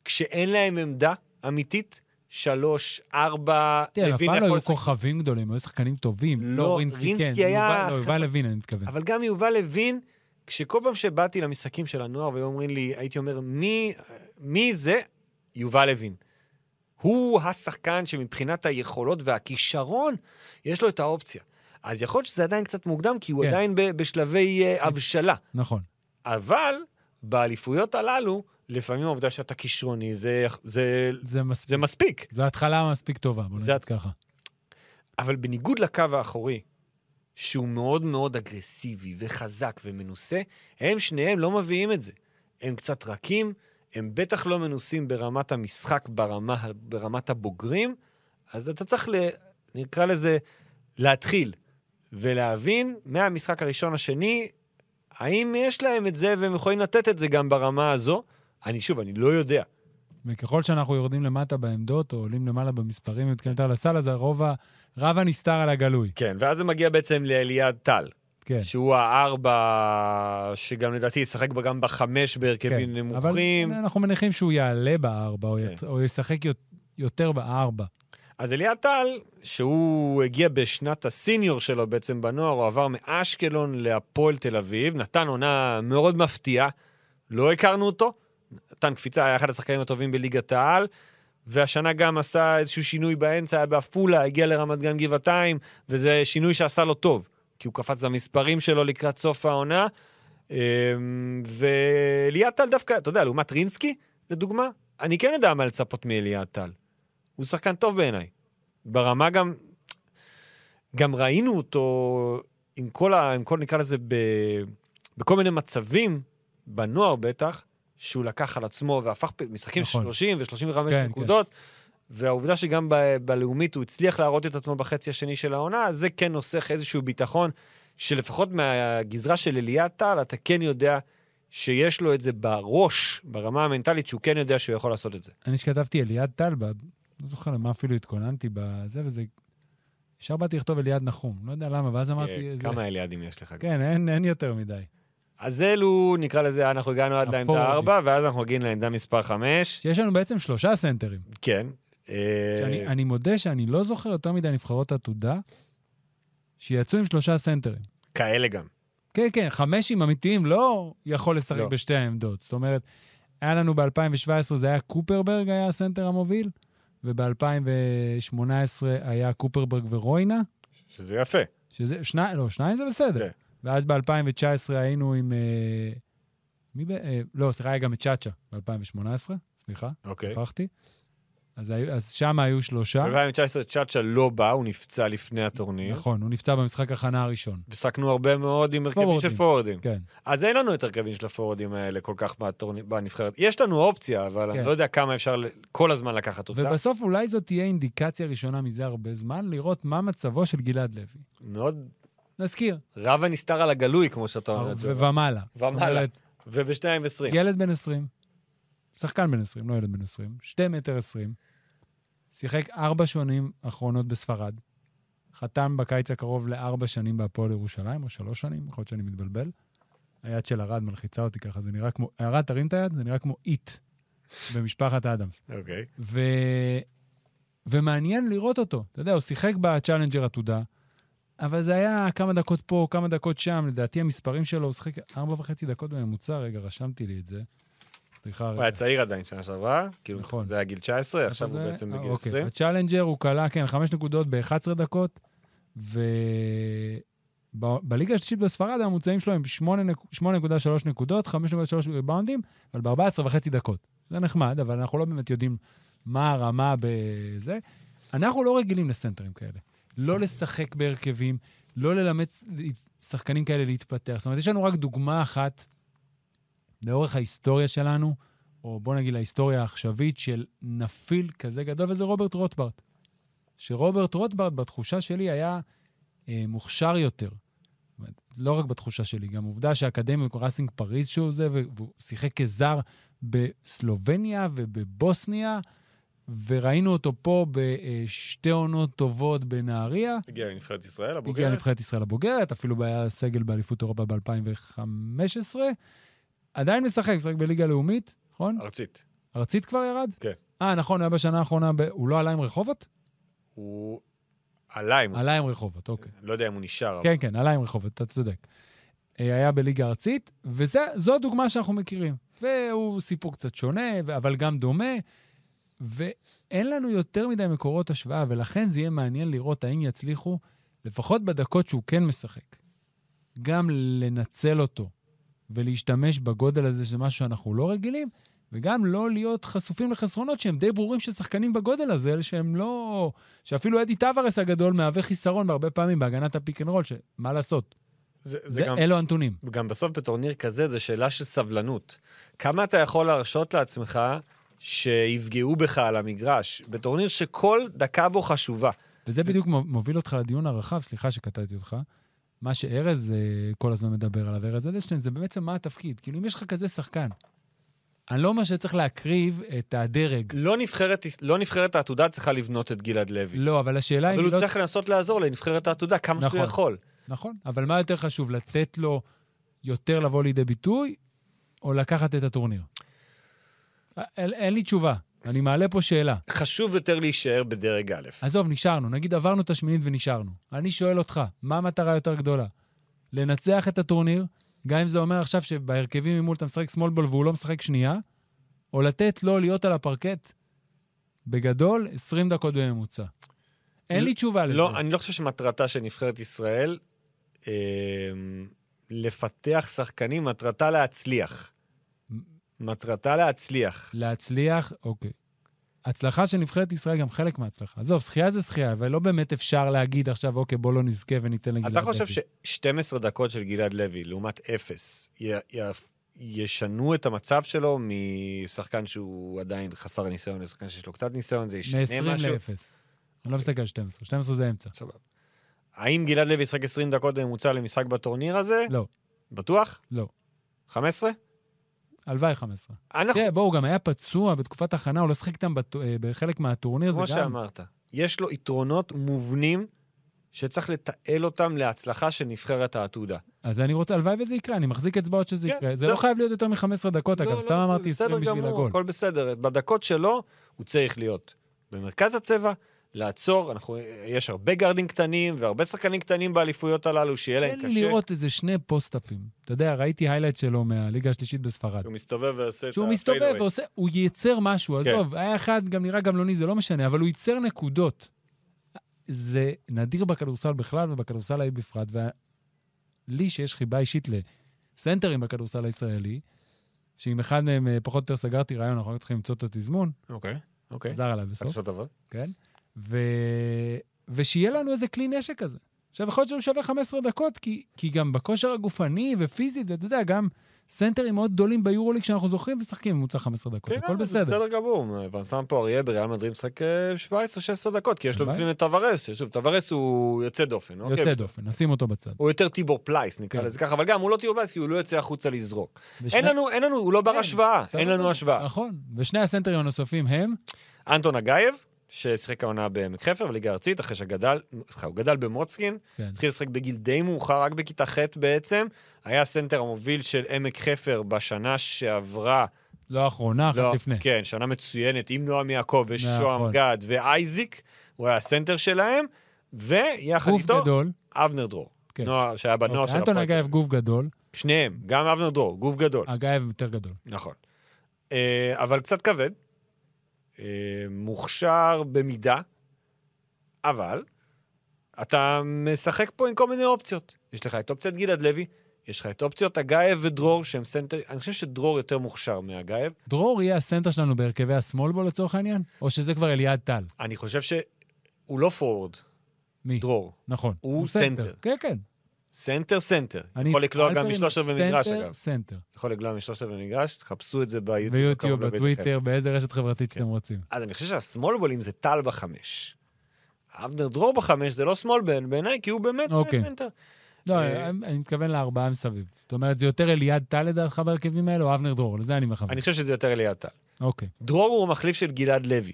[SPEAKER 3] כשאין להם עמדה אמיתית, שלוש, ארבע,
[SPEAKER 2] תראה, אף פעם לא היו
[SPEAKER 3] לשחק-
[SPEAKER 2] כוכבים גדולים, היו שחקנים טובים.
[SPEAKER 3] לא,
[SPEAKER 2] לא רינסקי, כן.
[SPEAKER 3] רינסקי היה
[SPEAKER 2] יובל- לא, יובל
[SPEAKER 3] חסר-
[SPEAKER 2] לוין, אני מתכוון.
[SPEAKER 3] אבל גם יובל לוין, כשכל פעם שבאתי למשחקים של הנוער והיו אומרים לי, הייתי אומר, מי, מי זה? יובל לוין. הוא השחקן שמבחינת היכולות והכישרון, יש לו את האופציה. אז יכול להיות שזה עדיין קצת מוקדם, כי הוא
[SPEAKER 2] כן.
[SPEAKER 3] כן. עדיין ב- בשלבי אה, הבשלה.
[SPEAKER 2] נכון.
[SPEAKER 3] אבל באליפויות הללו, לפעמים העובדה שאתה כישרוני, זה, זה,
[SPEAKER 2] זה מספיק.
[SPEAKER 3] זה מספיק.
[SPEAKER 2] זו התחלה מספיק טובה, בוא
[SPEAKER 3] זה-
[SPEAKER 2] נגיד ככה.
[SPEAKER 3] אבל בניגוד לקו האחורי, שהוא מאוד מאוד אגרסיבי וחזק ומנוסה, הם שניהם לא מביאים את זה. הם קצת רכים, הם בטח לא מנוסים ברמת המשחק, ברמה, ברמת הבוגרים, אז אתה צריך, ל, נקרא לזה, להתחיל ולהבין מהמשחק הראשון השני, האם יש להם את זה והם יכולים לתת את זה גם ברמה הזו. אני שוב, אני לא יודע.
[SPEAKER 2] וככל שאנחנו יורדים למטה בעמדות, או עולים למעלה במספרים ומתקדמים על הסל, אז הרוב ה... רב הנסתר על הגלוי.
[SPEAKER 3] כן, ואז זה מגיע בעצם לאליעד טל.
[SPEAKER 2] כן.
[SPEAKER 3] שהוא הארבע, שגם לדעתי ישחק בה גם בחמש בהרכבים
[SPEAKER 2] כן.
[SPEAKER 3] נמוכים.
[SPEAKER 2] אבל אנחנו מניחים שהוא יעלה בארבע, או, ית...
[SPEAKER 3] כן.
[SPEAKER 2] או ישחק יות- יותר בארבע.
[SPEAKER 3] אז אליעד טל, שהוא הגיע בשנת הסיניור שלו בעצם בנוער, הוא עבר מאשקלון להפועל תל אביב, נתן עונה מאוד מפתיעה, לא הכרנו אותו, נתן קפיצה, היה אחד השחקנים הטובים בליגת העל, והשנה גם עשה איזשהו שינוי באמצע, היה בעפולה, הגיע לרמת גן גבעתיים, וזה שינוי שעשה לו טוב, כי הוא קפץ במספרים שלו לקראת סוף העונה. אמ, ואליעד טל דווקא, אתה יודע, לעומת רינסקי, לדוגמה, אני כן יודע מה לצפות מאליעד טל. הוא שחקן טוב בעיניי. ברמה גם, גם ראינו אותו עם כל, ה, עם כל נקרא לזה, ב, בכל מיני מצבים, בנוער בטח, שהוא לקח על עצמו והפך פ- משחקים
[SPEAKER 2] נכון.
[SPEAKER 3] נכון. 30 ו-35
[SPEAKER 2] כן,
[SPEAKER 3] כן, נקודות, כן. והעובדה שגם ב, בלאומית הוא הצליח להראות את עצמו בחצי השני של העונה, אז זה כן נוסח איזשהו ביטחון, שלפחות מהגזרה של אליעד טל, אתה כן יודע שיש לו את זה בראש, ברמה המנטלית, שהוא כן יודע שהוא יכול לעשות את זה.
[SPEAKER 2] אני שכתבתי אליעד טל, ב- לא זוכר למה אפילו התכוננתי בזה, וזה... ישר באתי לכתוב אליעד נחום, לא יודע למה, ואז אמרתי...
[SPEAKER 3] אה,
[SPEAKER 2] זה-
[SPEAKER 3] כמה אליעדים יש לך?
[SPEAKER 2] כן, אין- אין יותר מדי.
[SPEAKER 3] אז אלו, נקרא לזה, אנחנו הגענו עד לעמדה
[SPEAKER 2] הפורוורד.
[SPEAKER 3] 4, ואז אנחנו מגיעים לעמדה מספר 5.
[SPEAKER 2] שיש לנו בעצם שלושה סנטרים.
[SPEAKER 3] כן. אה,
[SPEAKER 2] שאני, אני מודה שאני לא זוכר יותר מדי נבחרות עתודה שיצאו עם שלושה סנטרים.
[SPEAKER 3] כאלה גם.
[SPEAKER 2] כן, כן, חמשים אמיתיים לא יכול לשחק
[SPEAKER 3] לא.
[SPEAKER 2] בשתי העמדות. זאת אומרת, היה לנו ב-2017, זה היה קופרברג היה הסנטר המוביל, וב-2018 היה קופרברג ורוינה,
[SPEAKER 3] שזה יפה.
[SPEAKER 2] שזה, שניים, לא, שניים זה בסדר.
[SPEAKER 3] כן.
[SPEAKER 2] ואז ב-2019 היינו עם... אה, מי ב... אה, לא, סליחה, היה גם את צ'אצ'ה ב-2018, סליחה,
[SPEAKER 3] אוקיי.
[SPEAKER 2] הפכתי. אז, היו- אז שם היו שלושה.
[SPEAKER 3] ב-2019 צ'אצ'ה לא בא, הוא נפצע לפני הטורניר.
[SPEAKER 2] נכון, הוא נפצע במשחק הכנה הראשון.
[SPEAKER 3] ושחקנו הרבה מאוד עם הרכבים
[SPEAKER 2] פורוורדים.
[SPEAKER 3] של פורורדים.
[SPEAKER 2] כן.
[SPEAKER 3] אז אין לנו את הרכבים של הפורורדים האלה כל כך בטורני- בנבחרת. יש לנו אופציה, אבל
[SPEAKER 2] כן.
[SPEAKER 3] אני לא יודע כמה אפשר ל- כל הזמן לקחת אותה.
[SPEAKER 2] ובסוף אולי זאת תהיה אינדיקציה ראשונה מזה הרבה זמן, לראות מה מצבו של גלעד לוי.
[SPEAKER 3] מאוד
[SPEAKER 2] נזכיר,
[SPEAKER 3] רב הנסתר על הגלוי, כמו שאתה אומר.
[SPEAKER 2] ו- לא, ומעלה. כן. זאת אומרת,
[SPEAKER 3] וב-2.20.
[SPEAKER 2] ילד בן 20, שחקן בן 20, לא ילד בן 20, 2 מטר 20, שיחק ארבע שנים אחרונות בספרד, חתם בקיץ הקרוב לארבע שנים בהפועל ירושלים, או שלוש שנים, יכול להיות שאני מתבלבל. היד של ארד מלחיצה אותי ככה, זה נראה כמו... ארד, תרים את היד, זה נראה כמו איט במשפחת אדמס.
[SPEAKER 3] אוקיי.
[SPEAKER 2] ו... ומעניין לראות אותו. אתה יודע, הוא שיחק בצ'אלנג'ר עתודה, אבל זה היה כמה דקות פה, כמה דקות שם. לדעתי המספרים שלו, הוא שיחק ארבע וחצי דקות בממוצע, רגע, רשמתי לי את זה. סליחה,
[SPEAKER 3] הוא
[SPEAKER 2] רגע.
[SPEAKER 3] היה צעיר עדיין שנה שעברה, כאילו
[SPEAKER 2] נכון.
[SPEAKER 3] זה היה גיל 19,
[SPEAKER 2] אבל
[SPEAKER 3] עכשיו הוא
[SPEAKER 2] זה-
[SPEAKER 3] בעצם
[SPEAKER 2] אה,
[SPEAKER 3] בגיל
[SPEAKER 2] אוקיי.
[SPEAKER 3] 20.
[SPEAKER 2] הצ'אלנג'ר הוא כלה, כן, חמש נקודות ב-11 דקות, ו... ב- בליגה השלישית בספרד הממוצעים שלו הם שמונה נק- 8.3 נקודות, 5.3 ריבאונדים, אבל ב-14 וחצי דקות. זה נחמד, אבל אנחנו לא באמת יודעים מה הרמה בזה. אנחנו לא רגילים לסנטרים כאלה. לא לשחק בהרכבים, לא ללמד ס- שחקנים כאלה להתפתח. זאת אומרת, יש לנו רק דוגמה אחת לאורך ההיסטוריה שלנו, או בוא נגיד להיסטוריה העכשווית של נפיל כזה גדול, וזה רוברט רוטברט. שרוברט רוטברט, בתחושה שלי, היה אה, מוכשר יותר. זאת אומרת, לא רק בתחושה שלי, גם עובדה שהאקדמיה קראסינג פריז שהוא זה, ו- והוא שיחק כזר בסלובניה ובבוסניה, וראינו אותו פה בשתי עונות טובות בנהריה.
[SPEAKER 3] הגיע לנבחרת ישראל,
[SPEAKER 2] הגיע
[SPEAKER 3] הבוגרת.
[SPEAKER 2] לנבחרת ישראל הבוגרת, אפילו היה סגל באליפות אירופה ב-2015. עדיין משחק, משחק בליגה לאומית, נכון?
[SPEAKER 3] ארצית.
[SPEAKER 2] ארצית כבר ירד?
[SPEAKER 3] כן.
[SPEAKER 2] אה, נכון, הוא היה בשנה האחרונה, ב... הוא לא עלה עם רחובות?
[SPEAKER 3] הוא עלה עם...
[SPEAKER 2] עלה עם רחובות, אוקיי.
[SPEAKER 3] לא יודע אם הוא נשאר, אבל
[SPEAKER 2] כן, כן, עלה עם רחובות, אתה צודק. אה, היה בליגה ארצית, וזו הדוגמה שאנחנו מכירים. והוא סיפור קצת שונה, ו- אבל גם דומה, ואין לנו יותר מדי מקורות השוואה, ולכן זה יהיה מעניין לראות האם יצליחו, לפחות בדקות שהוא כן משחק, גם לנצל אותו ולהשתמש בגודל הזה, שזה משהו שאנחנו לא רגילים, וגם לא להיות חשופים לחסרונות שהם די ברורים של שחקנים בגודל הזה, אלה שהם לא... שאפילו אדי טוורס הגדול מהווה חיסרון בהרבה פעמים בהגנת הפיק אנד רול, שמה לעשות?
[SPEAKER 3] זה- זה
[SPEAKER 2] זה
[SPEAKER 3] גם...
[SPEAKER 2] אלו הנתונים.
[SPEAKER 3] גם בסוף בטורניר כזה זו שאלה של סבלנות. כמה אתה יכול להרשות לעצמך שיפגעו בך על המגרש? בטורניר שכל דקה בו חשובה.
[SPEAKER 2] וזה בדיוק מו- מוביל אותך לדיון הרחב, סליחה שקטעתי אותך. מה שארז אה, כל הזמן מדבר עליו, ארז אדלשטיין, זה בעצם מה התפקיד. כאילו, אם יש לך כזה שחקן, אני לא אומר שצריך להקריב את הדרג.
[SPEAKER 3] לא נבחרת, לא נבחרת העתודה צריכה לבנות את גלעד לוי.
[SPEAKER 2] לא, אבל השאלה אם
[SPEAKER 3] אבל
[SPEAKER 2] היא
[SPEAKER 3] הוא
[SPEAKER 2] לא...
[SPEAKER 3] צריך לנסות לעזור לנבחרת העתודה כמה
[SPEAKER 2] נכון.
[SPEAKER 3] שהוא יכול.
[SPEAKER 2] נכון, אבל מה יותר חשוב, לתת לו יותר לבוא לידי ביטוי, או לקחת את הטורניר? א- אין, אין לי תשובה, אני מעלה פה שאלה.
[SPEAKER 3] חשוב יותר להישאר בדרג א'.
[SPEAKER 2] עזוב, נשארנו, נגיד עברנו את השמינית ונשארנו. אני שואל אותך, מה המטרה יותר גדולה? לנצח את הטורניר, גם אם זה אומר עכשיו שבהרכבים ממול אתה משחק שמאל בול והוא לא משחק שנייה, או לתת לו להיות על הפרקט בגדול, 20 דקות בממוצע. אין
[SPEAKER 3] לא-
[SPEAKER 2] לי תשובה לזה.
[SPEAKER 3] לא, אני לא חושב שמטרתה של נבחרת ישראל אמ, לפתח שחקנים, מטרתה להצליח.
[SPEAKER 2] מ-
[SPEAKER 3] מטרתה להצליח.
[SPEAKER 2] להצליח, אוקיי. הצלחה של נבחרת ישראל גם חלק מההצלחה. עזוב, שחייה זה שחייה, אבל לא באמת אפשר להגיד עכשיו, אוקיי, בוא לא נזכה וניתן לגלעד
[SPEAKER 3] אתה חושב
[SPEAKER 2] לוי."
[SPEAKER 3] ש-12 דקות של גלעד לוי לעומת אפס י- י- ישנו את המצב שלו משחקן שהוא עדיין חסר ניסיון לשחקן שיש לו קצת ניסיון, זה ישנה משהו?
[SPEAKER 2] מ-20 ל-0. אני לא מסתכל על 12, 12 זה אמצע.
[SPEAKER 3] סבבה. האם גלעד לוי ישחק 20 דקות בממוצע למשחק בטורניר הזה?
[SPEAKER 2] לא,
[SPEAKER 3] בטוח?
[SPEAKER 2] לא.
[SPEAKER 3] 15?
[SPEAKER 2] הלוואי 15.
[SPEAKER 3] אנחנו,
[SPEAKER 2] תראה, כן, בואו, הוא גם היה פצוע בתקופת הכנה, הוא לא שיחק איתם בטו- אה, בחלק מהטורניר, זה
[SPEAKER 3] כמו
[SPEAKER 2] גם...
[SPEAKER 3] שאמרת, יש לו יתרונות מובנים שצריך לתעל אותם להצלחה של נבחרת העתודה.
[SPEAKER 2] אז אני רוצה, הלוואי וזה יקרה, אני מחזיק אצבעות שזה
[SPEAKER 3] כן,
[SPEAKER 2] יקרה. זה
[SPEAKER 3] לא.
[SPEAKER 2] לא חייב להיות יותר מ-15 דקות,
[SPEAKER 3] לא,
[SPEAKER 2] אגב,
[SPEAKER 3] לא,
[SPEAKER 2] סתם אמרתי
[SPEAKER 3] בסדר
[SPEAKER 2] 20 בשביל
[SPEAKER 3] גמור,
[SPEAKER 2] הגול.
[SPEAKER 3] הכל בסדר, בדקות שלו הוא צריך להיות במרכז הצבע, לעצור, אנחנו, יש הרבה גארדים קטנים והרבה שחקנים קטנים באליפויות הללו, שיהיה להם
[SPEAKER 2] תן
[SPEAKER 3] קשה.
[SPEAKER 2] לי לראות איזה שני פוסט-אפים. אתה יודע, ראיתי היילייט שלו מהליגה השלישית בספרד.
[SPEAKER 3] שהוא מסתובב ועושה את
[SPEAKER 2] שהוא
[SPEAKER 3] ה-fadeaway.
[SPEAKER 2] מסתובב ועושה, הוא ייצר משהו,
[SPEAKER 3] כן.
[SPEAKER 2] עזוב, היה אחד, גם נראה גמלוני, זה לא משנה, אבל הוא ייצר נקודות. זה נדיר בכדורסל בכלל ובכדורסל ההיא בפרט, ולי שיש חיבה אישית לסנטרים בכדורסל הישראלי, שעם אחד מהם אה, פחות או יותר סגרתי רעיון, אנחנו רק צריכים למצוא את התזמון,
[SPEAKER 3] אוקיי, אוקיי.
[SPEAKER 2] חזר עליו בסוף,
[SPEAKER 3] חדשות טובות.
[SPEAKER 2] כן? ו... ושיהיה לנו איזה כלי נשק כזה. עכשיו, יכול להיות שהוא שווה 15 דקות, כי, כי גם בכושר הגופני ופיזית, ואתה יודע, גם סנטרים מאוד גדולים ביורוליג שאנחנו זוכרים, משחקים בממוצע 15 דקות,
[SPEAKER 3] כן,
[SPEAKER 2] אוקיי, הכל
[SPEAKER 3] זה
[SPEAKER 2] בסדר.
[SPEAKER 3] בסדר גמור. ונסם פה אריה בריאל מדריד משחק אה, 17-16 דקות, כי יש לו
[SPEAKER 2] הלוואי.
[SPEAKER 3] בפנים את טוורס. שוב, טוורס הוא יוצא דופן, אוקיי?
[SPEAKER 2] יוצא דופן, נשים אותו בצד.
[SPEAKER 3] הוא יותר טיבור פלייס, נקרא
[SPEAKER 2] כן.
[SPEAKER 3] לזה ככה, אבל גם הוא לא טיבור פלייס, כי הוא לא יוצא החוצה לזרוק.
[SPEAKER 2] ושני-
[SPEAKER 3] אין לנו, אין לנו, הוא לא בר
[SPEAKER 2] אין,
[SPEAKER 3] השוואה,
[SPEAKER 2] בסדר
[SPEAKER 3] אין לנו
[SPEAKER 2] גמור.
[SPEAKER 3] השוואה.
[SPEAKER 2] נכון, ושני הסנטרים הנוספים הם,
[SPEAKER 3] אנטון אגייב, ששיחק העונה בעמק חפר, בליגה הארצית, אחרי שגדל, סליחה, הוא גדל במוצקין,
[SPEAKER 2] כן,
[SPEAKER 3] התחיל לשחק בגיל די מאוחר, רק בכיתה ח' בעצם, היה הסנטר המוביל של עמק חפר בשנה שעברה.
[SPEAKER 2] לא האחרונה, אחת לפני.
[SPEAKER 3] כן, שנה מצוינת, עם נועם יעקב ושוהם
[SPEAKER 2] נכון.
[SPEAKER 3] גד ואייזיק, הוא היה הסנטר שלהם, ויחד
[SPEAKER 2] גוף
[SPEAKER 3] איתו,
[SPEAKER 2] גדול.
[SPEAKER 3] אבנר דרור.
[SPEAKER 2] כן.
[SPEAKER 3] נוער, שהיה בנוער של
[SPEAKER 2] אוקיי, אנטון אגייב גוף גדול,
[SPEAKER 3] שניהם, גם אבנר דרור, גוף גדול.
[SPEAKER 2] אגייב יותר גדול.
[SPEAKER 3] נכון. אה, אבל קצת כבד, אה, מוכשר במידה, אבל אתה משחק פה עם כל מיני אופציות. יש לך את אופציית גלעד לוי, יש לך את אופציות אגייב ודרור, שהם סנטר... אני חושב שדרור יותר מוכשר מאגייב.
[SPEAKER 2] דרור יהיה הסנטר שלנו בהרכבי השמאלבול לצורך העניין? או שזה כבר אליעד טל?
[SPEAKER 3] אני חושב שהוא לא פורוורד,
[SPEAKER 2] מי?
[SPEAKER 3] דרור.
[SPEAKER 2] נכון.
[SPEAKER 3] הוא סנטר.
[SPEAKER 2] כן, כן.
[SPEAKER 3] סנטר סנטר.
[SPEAKER 2] אני-
[SPEAKER 3] יכול לקלוע גם
[SPEAKER 2] אלפרין,
[SPEAKER 3] משלוש רבעי מגרש, אגב.
[SPEAKER 2] סנטר, סנטר.
[SPEAKER 3] יכול לגלוע משלושת רבעי מגרש, תחפשו את זה ביוטיוב.
[SPEAKER 2] ביוטיוב,
[SPEAKER 3] הקרוב לביתכם.
[SPEAKER 2] בטוויטר, באיזה רשת חברתית
[SPEAKER 3] כן.
[SPEAKER 2] שאתם רוצים.
[SPEAKER 3] אז אני חושב שהשמאל בולים זה טל בחמש. אבנר דרור בחמש זה לא שמאל בין- בעיניי, כי הוא באמת
[SPEAKER 2] אוקיי.
[SPEAKER 3] סנטר.
[SPEAKER 2] לא,
[SPEAKER 3] אה,
[SPEAKER 2] אני אני מתכוון לארבעה מסביב. זאת אומרת, זה יותר אליעד טל לדעתך בהרכבים האלה, או אבנר דרור? לזה אני מכוון.
[SPEAKER 3] אני חושב שזה יותר אליעד טל.
[SPEAKER 2] אוקיי.
[SPEAKER 3] דרור הוא המחליף של גלעד לוי.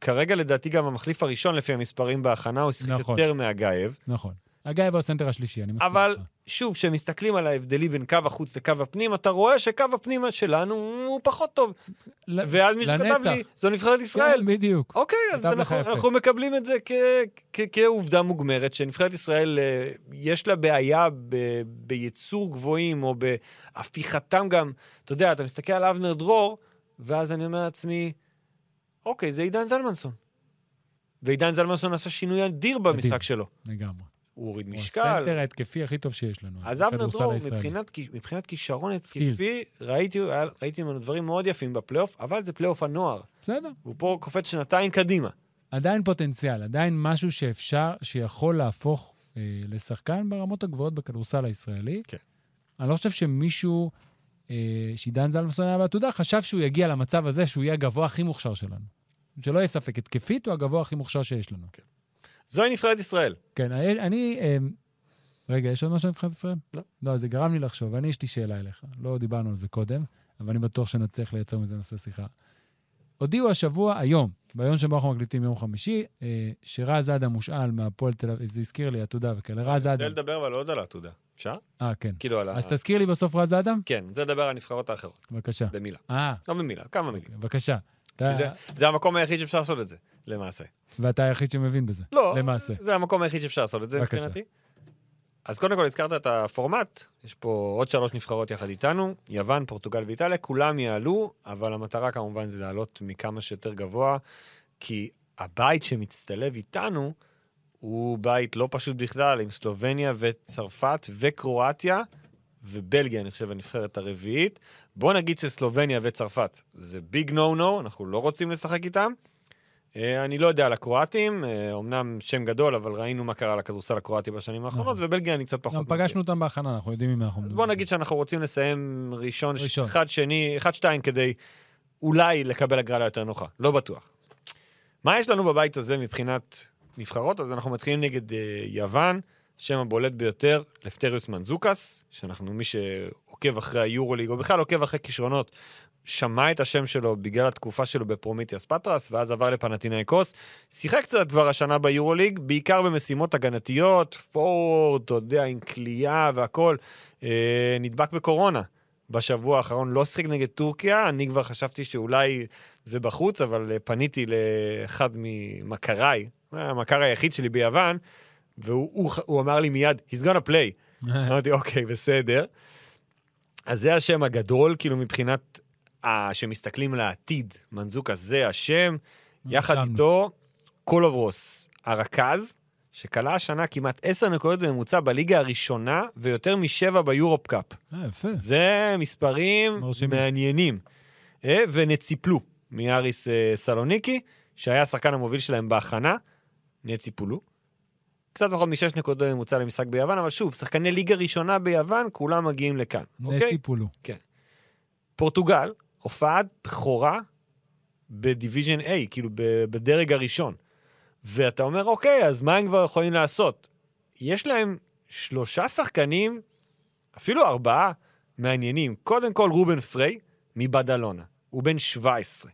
[SPEAKER 3] כרגע לדעתי גם המחליף הראשון לפי המספרים בהכנה, הוא שיחק
[SPEAKER 2] נכון.
[SPEAKER 3] יותר מהגייב.
[SPEAKER 2] נכון. אגב, הוא הסנטר השלישי, אני מסכים.
[SPEAKER 3] אבל
[SPEAKER 2] איתך.
[SPEAKER 3] שוב, כשמסתכלים על ההבדלים בין קו החוץ לקו הפנים, אתה רואה שקו הפנים שלנו הוא פחות טוב.
[SPEAKER 2] ל-
[SPEAKER 3] ואז מישהו כתב
[SPEAKER 2] לנצח.
[SPEAKER 3] לי, זו נבחרת ישראל.
[SPEAKER 2] כן, בדיוק.
[SPEAKER 3] אוקיי, אז
[SPEAKER 2] כתב לך
[SPEAKER 3] אנחנו,
[SPEAKER 2] יפה.
[SPEAKER 3] אנחנו מקבלים את זה כ, כ, כעובדה מוגמרת, שנבחרת ישראל, אה, יש לה בעיה ב, ביצור גבוהים, או בהפיכתם גם. אתה יודע, אתה מסתכל על אבנר דרור, ואז אני אומר לעצמי, אוקיי, זה עידן זלמנסון. ועידן זלמנסון עשה שינוי אדיר במשחק שלו.
[SPEAKER 2] לגמרי.
[SPEAKER 3] הוא הוריד
[SPEAKER 2] הוא
[SPEAKER 3] משקל.
[SPEAKER 2] הסנטר ההתקפי הכי טוב שיש לנו.
[SPEAKER 3] אז אבנר
[SPEAKER 2] בכדורסל
[SPEAKER 3] דרור,
[SPEAKER 2] הישראלי.
[SPEAKER 3] מבחינת, כי- מבחינת כישרון
[SPEAKER 2] סקילס.
[SPEAKER 3] התקפי, ראיתי, היה- ראיתי ממנו דברים מאוד יפים בפלייאוף, אבל זה פלייאוף הנוער.
[SPEAKER 2] בסדר.
[SPEAKER 3] הוא פה קופץ שנתיים קדימה.
[SPEAKER 2] עדיין פוטנציאל, עדיין משהו שאפשר, שיכול להפוך אה, לשחקן ברמות הגבוהות בכדורסל הישראלי.
[SPEAKER 3] כן.
[SPEAKER 2] אני לא חושב שמישהו, אה, שעידן זלמסון היה בעתודה, חשב שהוא יגיע למצב הזה שהוא יהיה הגבוה הכי מוכשר שלנו. שלא יהיה ספק, התקפית הוא הגבוה הכי מוכשר שיש לנו.
[SPEAKER 3] זוהי נבחרת ישראל.
[SPEAKER 2] כן, אני- אני... אה, רגע, יש עוד משהו לנבחרת ישראל?
[SPEAKER 3] לא.
[SPEAKER 2] לא, זה גרם לי לחשוב. אני, יש לי שאלה אליך. לא דיברנו על זה קודם, אבל אני בטוח שנצליח לייצר מזה נושא שיחה. הודיעו השבוע, היום, ביום שבו אנחנו מקליטים יום חמישי, אה, שרז אדם מושאל מהפועל תל אביב, זה הזכיר לי, עתודה וכאלה. רז
[SPEAKER 3] אני
[SPEAKER 2] אדם.
[SPEAKER 3] רוצה לדבר אבל עוד על העתודה. אפשר?
[SPEAKER 2] אה, כן.
[SPEAKER 3] כאילו על ה...
[SPEAKER 2] אז תזכיר לי בסוף רז אדם?
[SPEAKER 3] כן, אני רוצה לדבר על הנבחרות האחרות.
[SPEAKER 2] בבקשה.
[SPEAKER 3] במילה.
[SPEAKER 2] אה,
[SPEAKER 3] לא במילה, כמה מילים.
[SPEAKER 2] בבקשה. אתה-
[SPEAKER 3] זה- זה המקום היחיד שאפשר לעשות את זה, למעשה.
[SPEAKER 2] ואתה היחיד שמבין בזה.
[SPEAKER 3] לא,
[SPEAKER 2] למעשה.
[SPEAKER 3] זה המקום היחיד שאפשר לעשות את זה
[SPEAKER 2] בבקשה.
[SPEAKER 3] מבחינתי. אז קודם כל הזכרת את הפורמט, יש פה עוד שלוש נבחרות יחד איתנו, יוון, פורטוגל ואיטליה, כולם יעלו, אבל המטרה כמובן זה לעלות מכמה שיותר גבוה כי הבית שמצטלב איתנו הוא בית לא פשוט בכלל, עם סלובניה וצרפת וקרואטיה ובלגיה, אני חושב, הנבחרת הרביעית. בוא נגיד שסלובניה וצרפת זה ביג נו נו, אנחנו לא רוצים לשחק איתם. אה, אני לא יודע על הקרואטים, אה, אומנם שם גדול, אבל ראינו מה קרה לכדורסל הקרואטי בשנים האחרונות,
[SPEAKER 2] נכון.
[SPEAKER 3] ובלגיה אני קצת פחות...
[SPEAKER 2] גם
[SPEAKER 3] מכיר.
[SPEAKER 2] פגשנו אותם בהכנה, אנחנו יודעים ממה אנחנו
[SPEAKER 3] אז
[SPEAKER 2] מדברים.
[SPEAKER 3] בוא
[SPEAKER 2] [laughs]
[SPEAKER 3] נגיד שאנחנו רוצים לסיים ראשון,
[SPEAKER 2] ראשון.
[SPEAKER 3] ראשון. אחד, שני, אחד, שתיים, כדי אולי לקבל הגרלה יותר נוחה. לא בטוח. מה יש לנו בבית הזה מבחינת נבחרות? אז אנחנו מתחילים נגד אה, יוון, שם הבולט ביותר, לפטריוס מנזוקס, שאנחנו, מי שעוקב אחרי היורוליג, או בכלל עוקב אחרי כישרונות, שמע את השם שלו בגלל התקופה שלו בפרומיטיאס פטרס, ואז עבר לפנטינאיקוס. שיחק קצת כבר השנה ביורוליג, בעיקר במשימות הגנתיות, פורוורד, אתה יודע, עם כליאה והכול. אה, נדבק בקורונה בשבוע האחרון, לא שיחק נגד טורקיה, אני כבר חשבתי שאולי זה בחוץ, אבל אה, פניתי לאחד ממכריי, אה, המכר היחיד שלי ביוון, והוא הוא, הוא אמר לי מיד, he's gonna play.
[SPEAKER 2] אה.
[SPEAKER 3] אמרתי, אוקיי, בסדר. אז זה השם הגדול, כאילו, מבחינת, ה- שמסתכלים לעתיד, מנזוקה זה השם, יחד
[SPEAKER 2] נרשמנו.
[SPEAKER 3] איתו קולוברוס, הרכז, שכלה השנה כמעט 10 נקודות בממוצע בליגה הראשונה, ויותר משבע ביורופ קאפ.
[SPEAKER 2] אה, יפה.
[SPEAKER 3] זה מספרים
[SPEAKER 2] מרשימים.
[SPEAKER 3] מעניינים. אה, ונציפלו מאריס אה, סלוניקי, שהיה השחקן המוביל שלהם בהכנה, נציפולו. קצת פחות משש נקודות ממוצע למשחק ביוון, אבל שוב, שחקני ליגה ראשונה ביוון, כולם מגיעים לכאן, אוקיי?
[SPEAKER 2] נטי פולו.
[SPEAKER 3] פורטוגל, הופעת בכורה בדיוויז'ן A, כאילו ב- בדרג הראשון. ואתה אומר, אוקיי, אז מה הם כבר יכולים לעשות? יש להם שלושה שחקנים, אפילו ארבעה, מעניינים. קודם כל, רובן פריי מבדלונה. הוא בן 17,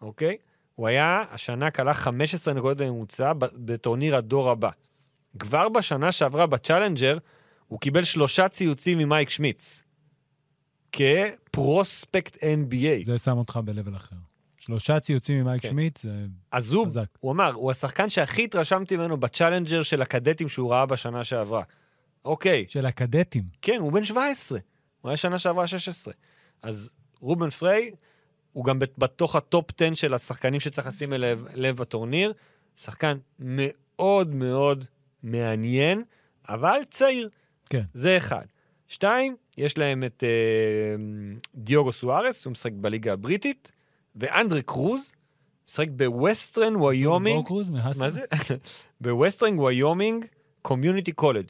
[SPEAKER 3] אוקיי? הוא היה, השנה כלה 15 נקודות בממוצע ב- בטורניר הדור הבא. כבר בשנה שעברה בצ'אלנג'ר, הוא קיבל שלושה ציוצים ממייק שמיץ. כפרוספקט NBA.
[SPEAKER 2] זה שם אותך ב-level אחר. שלושה ציוצים ממייק
[SPEAKER 3] כן.
[SPEAKER 2] שמיט, זה
[SPEAKER 3] אז הוא,
[SPEAKER 2] חזק.
[SPEAKER 3] הוא אמר, הוא השחקן שהכי התרשמתי ממנו בצ'אלנג'ר של הקדטים שהוא ראה בשנה שעברה. אוקיי,
[SPEAKER 2] של הקדטים.
[SPEAKER 3] כן, הוא בן 17. הוא היה שנה שעברה 16. אז רובן פריי, הוא גם בת- בתוך הטופ 10 של השחקנים שצריך לשים אליו לב בטורניר. שחקן מאוד מאוד מעניין, אבל צעיר.
[SPEAKER 2] כן.
[SPEAKER 3] זה אחד. שתיים, יש להם את אה, דיוגו סוארס, הוא משחק בליגה הבריטית, ואנדרי קרוז, משחק בווסטרן וויומינג.
[SPEAKER 2] בורקרוז מהסה.
[SPEAKER 3] מה זה? בווסטרינג וויומינג, קומיוניטי קולג'.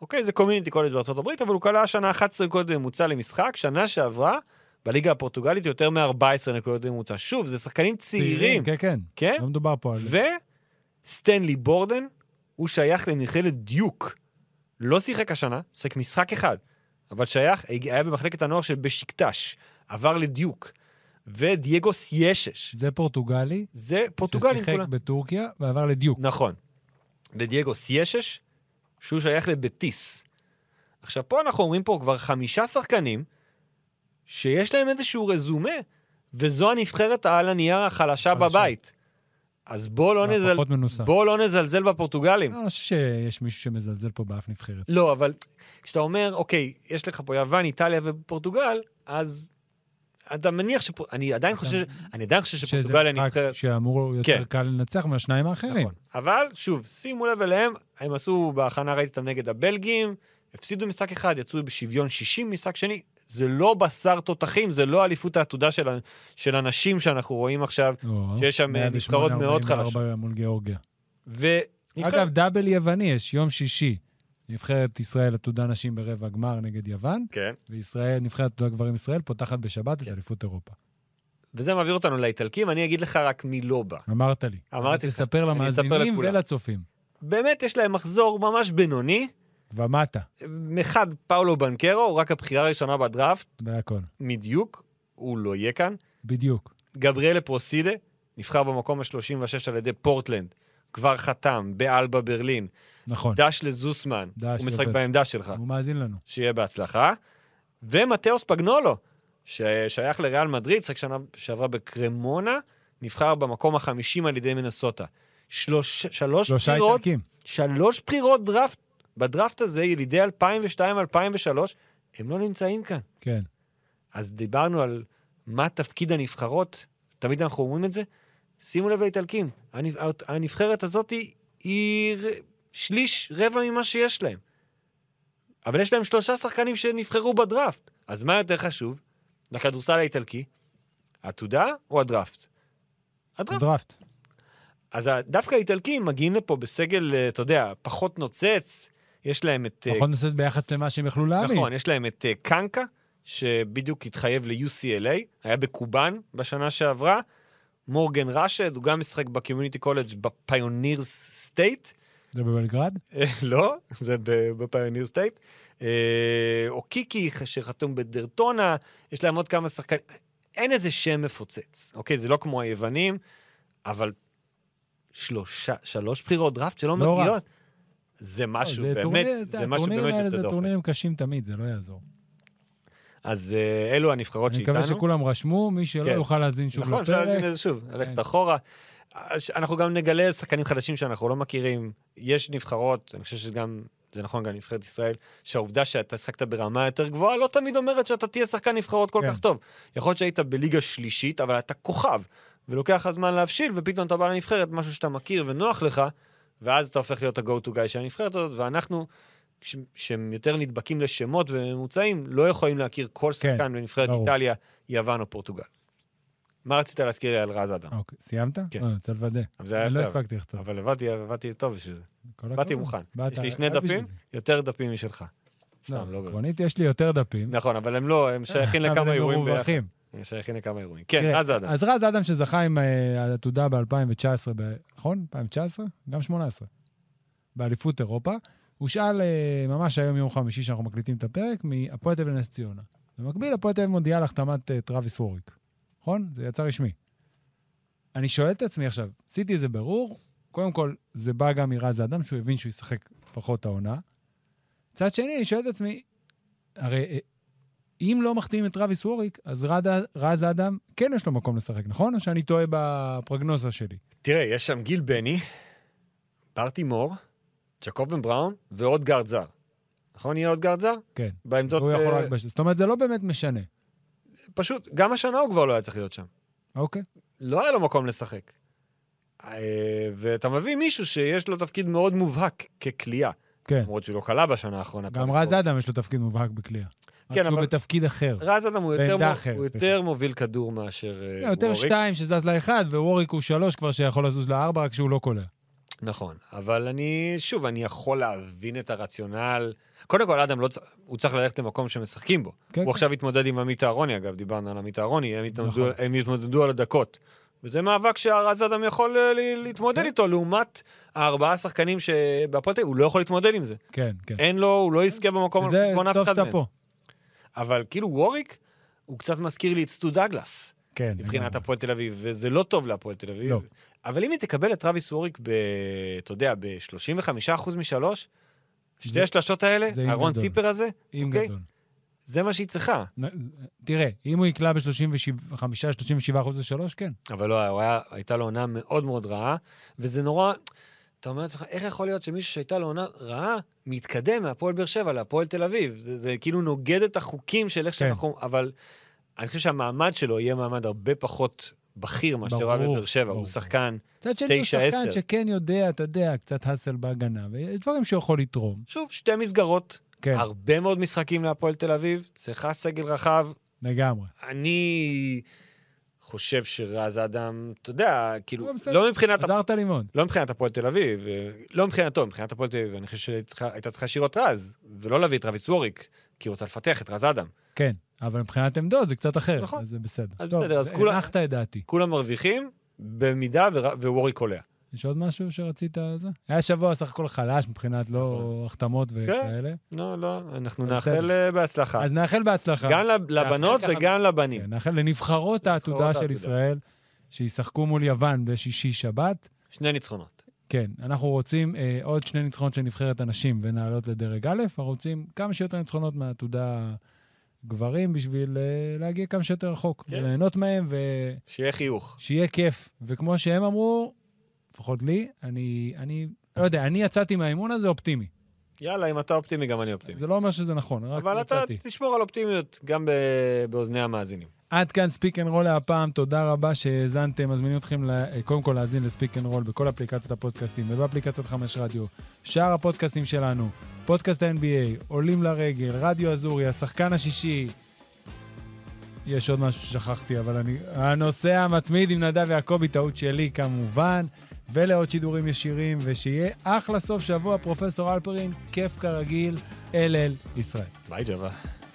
[SPEAKER 3] אוקיי, זה קומיוניטי קולג' בארה"ב, אבל הוא כלה השנה 11 נקודות בממוצע למשחק, שנה שעברה, בליגה הפורטוגלית יותר מ-14 נקודות בממוצע. שוב, זה שחקנים צעירים,
[SPEAKER 2] כן, כן.
[SPEAKER 3] כן?
[SPEAKER 2] לא מדובר פה על...
[SPEAKER 3] וסטנלי בורדן, הוא שייך למכללת דיוק. לא שיחק השנה, שיחק משחק אחד, אבל שייך, היה במחלקת הנוער של בשקטש, עבר לדיוק. ודייגו סיישש,
[SPEAKER 2] זה פורטוגלי,
[SPEAKER 3] זה פורטוגלים
[SPEAKER 2] ששיחק
[SPEAKER 3] כולם.
[SPEAKER 2] בטורקיה ועבר לדיוק.
[SPEAKER 3] נכון. ודייגו סיישש, שהוא שייך לבטיס. עכשיו, פה אנחנו אומרים פה כבר חמישה שחקנים שיש להם איזשהו רזומה, וזו הנבחרת על הנייר החלשה
[SPEAKER 2] חלשה.
[SPEAKER 3] בבית. אז בואו לא, נזל...
[SPEAKER 2] פחות מנוסה.
[SPEAKER 3] בוא לא נזלזל בפורטוגלים.
[SPEAKER 2] לא, אני לא חושב שיש מישהו שמזלזל פה באף נבחרת.
[SPEAKER 3] לא, אבל כשאתה אומר, אוקיי, יש לך פה יוון, איטליה ופורטוגל, אז אתה מניח שפור... אני עדיין חושב, אני עדיין חושב
[SPEAKER 2] שזה
[SPEAKER 3] שפורטוגל היא
[SPEAKER 2] משחק
[SPEAKER 3] הנבחרת...
[SPEAKER 2] שאמור יותר
[SPEAKER 3] כן.
[SPEAKER 2] קל לנצח מהשניים האחרים.
[SPEAKER 3] נכון. אבל שוב, שימו לב אליהם, הם עשו בהכנה, ראיתי אותם נגד הבלגים, הפסידו משחק אחד, יצאו בשוויון 60 משחק שני. זה לא בשר תותחים, זה לא אליפות העתודה של, ה- של הנשים שאנחנו רואים עכשיו.
[SPEAKER 2] או,
[SPEAKER 3] שיש שם, אה,
[SPEAKER 2] 108,
[SPEAKER 3] נבחרות מאוד
[SPEAKER 2] 44 מול גיאורגיה.
[SPEAKER 3] ו...
[SPEAKER 2] אגב, דאבל יווני יש, יום שישי. נבחרת ישראל עתודה נשים ברבע הגמר נגד יוון,
[SPEAKER 3] כן.
[SPEAKER 2] וישראל, נבחרת עתודה גברים ישראל, פותחת בשבת את אליפות אירופה.
[SPEAKER 3] וזה מעביר אותנו לאיטלקים, אני אגיד לך רק מי לא בא.
[SPEAKER 2] אמרת לי.
[SPEAKER 3] אמרתי לך,
[SPEAKER 2] תספר
[SPEAKER 3] אני אספר
[SPEAKER 2] למאזינים
[SPEAKER 3] לכולם.
[SPEAKER 2] ולצופים.
[SPEAKER 3] באמת, יש להם מחזור ממש בינוני.
[SPEAKER 2] ומטה,
[SPEAKER 3] אחד, פאולו בנקרו, הוא רק הבחירה הראשונה בדראפט,
[SPEAKER 2] והכל.
[SPEAKER 3] מדיוק, הוא לא יהיה כאן.
[SPEAKER 2] בדיוק.
[SPEAKER 3] גבריאלה פרוסידה, נבחר במקום ה-36 על ידי פורטלנד, כבר חתם באלבה ברלין.
[SPEAKER 2] נכון.
[SPEAKER 3] דש לזוסמן,
[SPEAKER 2] דש
[SPEAKER 3] הוא משחק
[SPEAKER 2] עובד.
[SPEAKER 3] בעמדה שלך,
[SPEAKER 2] הוא מאזין לנו.
[SPEAKER 3] שיהיה בהצלחה. ומתאוס פגנולו, ששייך לריאל מדריד, שחק שנה שעברה בקרמונה, נבחר במקום החמישים על ידי מנסוטה. שלוש, שלוש
[SPEAKER 2] שלושה
[SPEAKER 3] בחירות,
[SPEAKER 2] איטלקים.
[SPEAKER 3] שלוש בחירות דראפט, בדראפט הזה, ילידי 2002-2003, הם לא נמצאים כאן.
[SPEAKER 2] כן.
[SPEAKER 3] אז דיברנו על מה תפקיד הנבחרות, תמיד אנחנו אומרים את זה, שימו לב לאיטלקים, הנבח- הנבחרת הזאת היא ר- שליש, רבע ממה שיש להם. אבל יש להם שלושה שחקנים שנבחרו בדראפט. אז מה יותר חשוב? לכדורסל האיטלקי, העתודה או הדראפט? הדראפט.
[SPEAKER 2] דראפט.
[SPEAKER 3] אז ה- דווקא האיטלקים מגיעים לפה בסגל, אה, אתה יודע, פחות נוצץ. יש להם את... אה,
[SPEAKER 2] נכון, נושא ביחס למה שהם יכלו להביא.
[SPEAKER 3] נכון, יש להם את אה, קנקה, שבדיוק התחייב ל-UCLA, היה בקובאן בשנה שעברה. מורגן ראשד, הוא גם משחק בקומיוניטי קולג' בפיוניר סטייט.
[SPEAKER 2] זה בבלגרד?
[SPEAKER 3] אה, [laughs] לא, זה ב- בפיוניר סטייט. אה, או קיקי, ח- שחתום בדרטונה, יש להם עוד כמה שחקנים. אין איזה שם מפוצץ, אוקיי? זה לא כמו היוונים, אבל שלושה, שלוש בחירות דראפט שלא
[SPEAKER 2] לא רע. אה,
[SPEAKER 3] מגיעות, זה משהו
[SPEAKER 2] לא, זה
[SPEAKER 3] באמת,
[SPEAKER 2] טורניר-
[SPEAKER 3] זה משהו
[SPEAKER 2] הטורנירים
[SPEAKER 3] באמת
[SPEAKER 2] האלה
[SPEAKER 3] יוצא
[SPEAKER 2] זה
[SPEAKER 3] דופן.
[SPEAKER 2] טורנירים קשים תמיד, זה לא יעזור.
[SPEAKER 3] אז אה, אלו הנבחרות
[SPEAKER 2] אני
[SPEAKER 3] שאיתנו.
[SPEAKER 2] מקווה שכולם רשמו, מי שלא
[SPEAKER 3] כן.
[SPEAKER 2] יוכל להאזין שוב
[SPEAKER 3] נכון, אפשר להזמין
[SPEAKER 2] לפרק.
[SPEAKER 3] את זה שוב, ללכת
[SPEAKER 2] כן.
[SPEAKER 3] אחורה. אז אנחנו גם נגלה שחקנים חדשים שאנחנו לא מכירים. יש נבחרות, אני חושב שגם, זה נכון גם לנבחרת ישראל, שהעובדה שאתה שחקת ברמה יותר גבוהה לא תמיד אומרת שאתה תהיה שחקן נבחרות כל
[SPEAKER 2] כן.
[SPEAKER 3] כך טוב. יכול להיות שהיית בליגה שלישית, אבל אתה כוכב, ולוקח לך זמן להבשיל, ופתאום אתה בא לנבחרת, משהו שאתה מכיר ונוח לך, ואז אתה הופך להיות ה-go to guy של הנבחרת הזאת, ואנחנו, כש- שהם יותר נדבקים לשמות וממוצעים, לא יכולים להכיר כל שחקן בנבחרת
[SPEAKER 2] כן, ברור.
[SPEAKER 3] איטליה, יוון או פורטוגל. מה רצית להזכיר לי על רז אדם?
[SPEAKER 2] אוקיי, סיימת?
[SPEAKER 3] כן.
[SPEAKER 2] לא, אני רוצה לוודא.
[SPEAKER 3] אבל זה היה
[SPEAKER 2] אני לא
[SPEAKER 3] יפה,
[SPEAKER 2] הספקתי לכתוב.
[SPEAKER 3] אבל עבדתי, עבדתי טוב בשביל זה.
[SPEAKER 2] כל
[SPEAKER 3] באתי
[SPEAKER 2] הכבוד.
[SPEAKER 3] מוכן.
[SPEAKER 2] באת-
[SPEAKER 3] יש לי שני
[SPEAKER 2] רק בשביל
[SPEAKER 3] דפים,
[SPEAKER 2] זה.
[SPEAKER 3] יותר דפים משלך.
[SPEAKER 2] לא,
[SPEAKER 3] סתם, לא באמת.
[SPEAKER 2] עקרונית יש לי יותר דפים.
[SPEAKER 3] נכון, אבל הם לא, הם שייכים לכמה
[SPEAKER 2] [laughs]
[SPEAKER 3] אירועים
[SPEAKER 2] אבל הם
[SPEAKER 3] ביחד.
[SPEAKER 2] מרווחים.
[SPEAKER 3] הם שייכים לכמה אירועים. כן,
[SPEAKER 2] תראה,
[SPEAKER 3] רז אדם.
[SPEAKER 2] אז רז אדם שזכה עם אה, העתודה ב-2019, נכון? 2019? גם 2018. באליפות אירופה. הושאל אה, ממש היום, יום חמישי, שאנחנו מקליטים את הפרק, מהפועל תל אביב לנס ציונה. במקביל, הפועל תל אביב מודיעה על החתמת אה, טראביס ווריק. נכון? זה יצא רשמי. אני שואל את עצמי עכשיו, עשיתי איזה ברור, קודם כל, זה בא גם מרז אדם, שהוא הבין שהוא ישחק פחות העונה. מצד שני, אני שואל את עצמי, הרי אה, אם לא מחתימים את טראביס ווריק, אז רד- רז אדם, כן יש לו מקום לשחק, נכון? או שאני טועה בפרגנוזה שלי?
[SPEAKER 3] תראה, יש שם גיל בני, ברטי מור, ג'קובן בראון ועוד גארד זר. נכון, יהיה עוד גארד זר?
[SPEAKER 2] כן.
[SPEAKER 3] בעמדות...
[SPEAKER 2] הוא יכול
[SPEAKER 3] אה,
[SPEAKER 2] רק בש... זאת אומרת, זה לא באמת משנה,
[SPEAKER 3] פשוט, גם השנה הוא כבר לא היה צריך להיות שם.
[SPEAKER 2] אוקיי?
[SPEAKER 3] לא היה לו מקום לשחק. אה, ואתה מביא מישהו שיש לו תפקיד מאוד מובהק כקליעה.
[SPEAKER 2] כן.
[SPEAKER 3] למרות שהוא לא כלה בשנה האחרונה.
[SPEAKER 2] גם
[SPEAKER 3] טוב,
[SPEAKER 2] רז
[SPEAKER 3] ספורט.
[SPEAKER 2] אדם יש לו תפקיד מובהק בקליעה.
[SPEAKER 3] כן,
[SPEAKER 2] רק שהוא
[SPEAKER 3] אבל-
[SPEAKER 2] בתפקיד אחר.
[SPEAKER 3] רז אדם הוא יותר,
[SPEAKER 2] בעמדה
[SPEAKER 3] מו...
[SPEAKER 2] אחרת,
[SPEAKER 3] הוא יותר
[SPEAKER 2] סליחה.
[SPEAKER 3] מוביל כדור מאשר אה,
[SPEAKER 2] כן, יותר
[SPEAKER 3] ווריק.
[SPEAKER 2] שתיים שזז לאחד, ווריק הוא שלוש כבר שיכול לזוז לארבע, רק שהוא לא קולע.
[SPEAKER 3] נכון, אבל אני, שוב, אני יכול להבין את הרציונל. קודם כל, אדם, לא צ... הוא צריך ללכת למקום שמשחקים בו.
[SPEAKER 2] כן,
[SPEAKER 3] הוא
[SPEAKER 2] כן.
[SPEAKER 3] עכשיו התמודד עם עמית אהרוני, אגב, דיברנו על עמית אהרוני, הם, התמודדו-
[SPEAKER 2] נכון.
[SPEAKER 3] הם התמודדו על הדקות. וזה מאבק שהרז אדם יכול אה, ל- להתמודד
[SPEAKER 2] כן.
[SPEAKER 3] איתו, לעומת הארבעה שחקנים שבהפועל תל אביב, הוא לא יכול להתמודד עם זה.
[SPEAKER 2] כן, כן.
[SPEAKER 3] אין לו, הוא לא יזכה במקום על
[SPEAKER 2] זה
[SPEAKER 3] חשבון אף
[SPEAKER 2] טוב
[SPEAKER 3] אחד
[SPEAKER 2] שאתה
[SPEAKER 3] מהם.
[SPEAKER 2] פה.
[SPEAKER 3] אבל כאילו ווריק, הוא קצת מזכיר לי את סטו דגלס.
[SPEAKER 2] כן.
[SPEAKER 3] מבחינת
[SPEAKER 2] לגמרי.
[SPEAKER 3] הפועל תל אביב, וזה לא טוב להפועל תל אביב.
[SPEAKER 2] לא.
[SPEAKER 3] אבל אם היא תקבל את טרוויס ווריק ב... אתה יודע, ב-35% משלוש, שתי
[SPEAKER 2] זה-
[SPEAKER 3] השלשות האלה,
[SPEAKER 2] זה עם
[SPEAKER 3] אהרון
[SPEAKER 2] גדול.
[SPEAKER 3] ציפר הזה,
[SPEAKER 2] עם
[SPEAKER 3] אוקיי?
[SPEAKER 2] גדול.
[SPEAKER 3] זה מה שהיא צריכה.
[SPEAKER 2] נ- תראה, אם הוא יקלע ב-35-37 אחוז לשלוש, כן.
[SPEAKER 3] אבל לא, הוא היה, הייתה לו עונה מאוד מאוד רעה, וזה נורא... אתה אומר לעצמך, איך יכול להיות שמישהו שהייתה לו עונה רעה, מתקדם מהפועל באר שבע להפועל תל אביב? זה, זה כאילו נוגד את החוקים של איך
[SPEAKER 2] כן.
[SPEAKER 3] שאנחנו... אבל אני חושב שהמעמד שלו יהיה מעמד הרבה פחות בכיר מאשר הוא היה
[SPEAKER 2] ברור,
[SPEAKER 3] בבאר שבע. הוא
[SPEAKER 2] ברור.
[SPEAKER 3] שחקן...
[SPEAKER 2] מצד שני, הוא
[SPEAKER 3] תשע,
[SPEAKER 2] שחקן
[SPEAKER 3] עשר.
[SPEAKER 2] שכן יודע, אתה יודע, קצת האסל בהגנה, ויש דברים שהוא יכול לתרום.
[SPEAKER 3] שוב, שתי מסגרות,
[SPEAKER 2] כן,
[SPEAKER 3] הרבה מאוד משחקים להפועל תל אביב, צריכה סגל רחב.
[SPEAKER 2] לגמרי.
[SPEAKER 3] אני חושב שרז אדם, אתה יודע, כאילו,
[SPEAKER 2] לא, בסדר.
[SPEAKER 3] לא מבחינת, הפ...
[SPEAKER 2] עזרת לי מאוד.
[SPEAKER 3] לא מבחינת הפועל תל אביב, אה, לא מבחינתו, מבחינת הפועל תל אביב, אני חושב שהייתה צריכה להשאיר את רז, ולא להביא את רביס ווריק, כי היא רוצה לפתח את רז אדם.
[SPEAKER 2] כן, אבל מבחינת עמדות זה קצת אחרת,
[SPEAKER 3] נכון.
[SPEAKER 2] אז זה בסדר.
[SPEAKER 3] אז
[SPEAKER 2] טוב, אה,
[SPEAKER 3] בסדר, אז כולם-
[SPEAKER 2] הנחת את דעתי.
[SPEAKER 3] כולם מרוויחים, במידה ור... ווריק עולה.
[SPEAKER 2] יש עוד משהו שרצית זה? היה שבוע סך הכל חלש מבחינת לא
[SPEAKER 3] נכון.
[SPEAKER 2] החתמות וכאלה.
[SPEAKER 3] לא, לא, אנחנו
[SPEAKER 2] בסדר.
[SPEAKER 3] נאחל אה, בהצלחה.
[SPEAKER 2] אז נאחל בהצלחה.
[SPEAKER 3] גם לב- לבנות
[SPEAKER 2] ככה-
[SPEAKER 3] וגם לבנים.
[SPEAKER 2] כן, נאחל לנבחרות העתודה של
[SPEAKER 3] העתודה.
[SPEAKER 2] ישראל, שישחקו מול יוון בשישי-שבת.
[SPEAKER 3] שני ניצחונות.
[SPEAKER 2] כן, אנחנו רוצים אה, עוד שני ניצחונות של נבחרת הנשים ונעלות לדרג א', אנחנו רוצים כמה שיותר ניצחונות מהעתודה גברים בשביל אה, להגיע כמה שיותר רחוק,
[SPEAKER 3] כן.
[SPEAKER 2] וליהנות מהם, ו...
[SPEAKER 3] שיהיה חיוך.
[SPEAKER 2] שיהיה כיף. וכמו שהם אמרו, לפחות לי, אני, אני, לא יודע, אני יצאתי מהאימון הזה אופטימי.
[SPEAKER 3] יאללה, אם אתה אופטימי, גם אני אופטימי.
[SPEAKER 2] זה לא אומר שזה נכון, רק
[SPEAKER 3] אבל אתה
[SPEAKER 2] מצאתי.
[SPEAKER 3] תשמור על אופטימיות גם ב... באוזני המאזינים.
[SPEAKER 2] עד כאן ספיק אנד רול להפעם, תודה רבה שהאזנתם. מזמינים אתכם ל- קודם כל להאזין לספיק אנד רול בכל אפליקציות הפודקאסטים ובאפליקציית חמש רדיו, שאר הפודקאסטים שלנו, פודקאסט ה-NBA, עולים לרגל, רדיו אזורי, השחקן השישי. יש עוד משהו ששכחתי, אבל אני... הנושא המתמיד עם נדב יעקבי, טעות שלי כמובן, ולעוד שידורים ישירים, ושיהיה אחלה סוף שבוע, פרופסור אלפרין, כיף כרגיל, אל אל ישראל.
[SPEAKER 3] ביי, ג'ווה.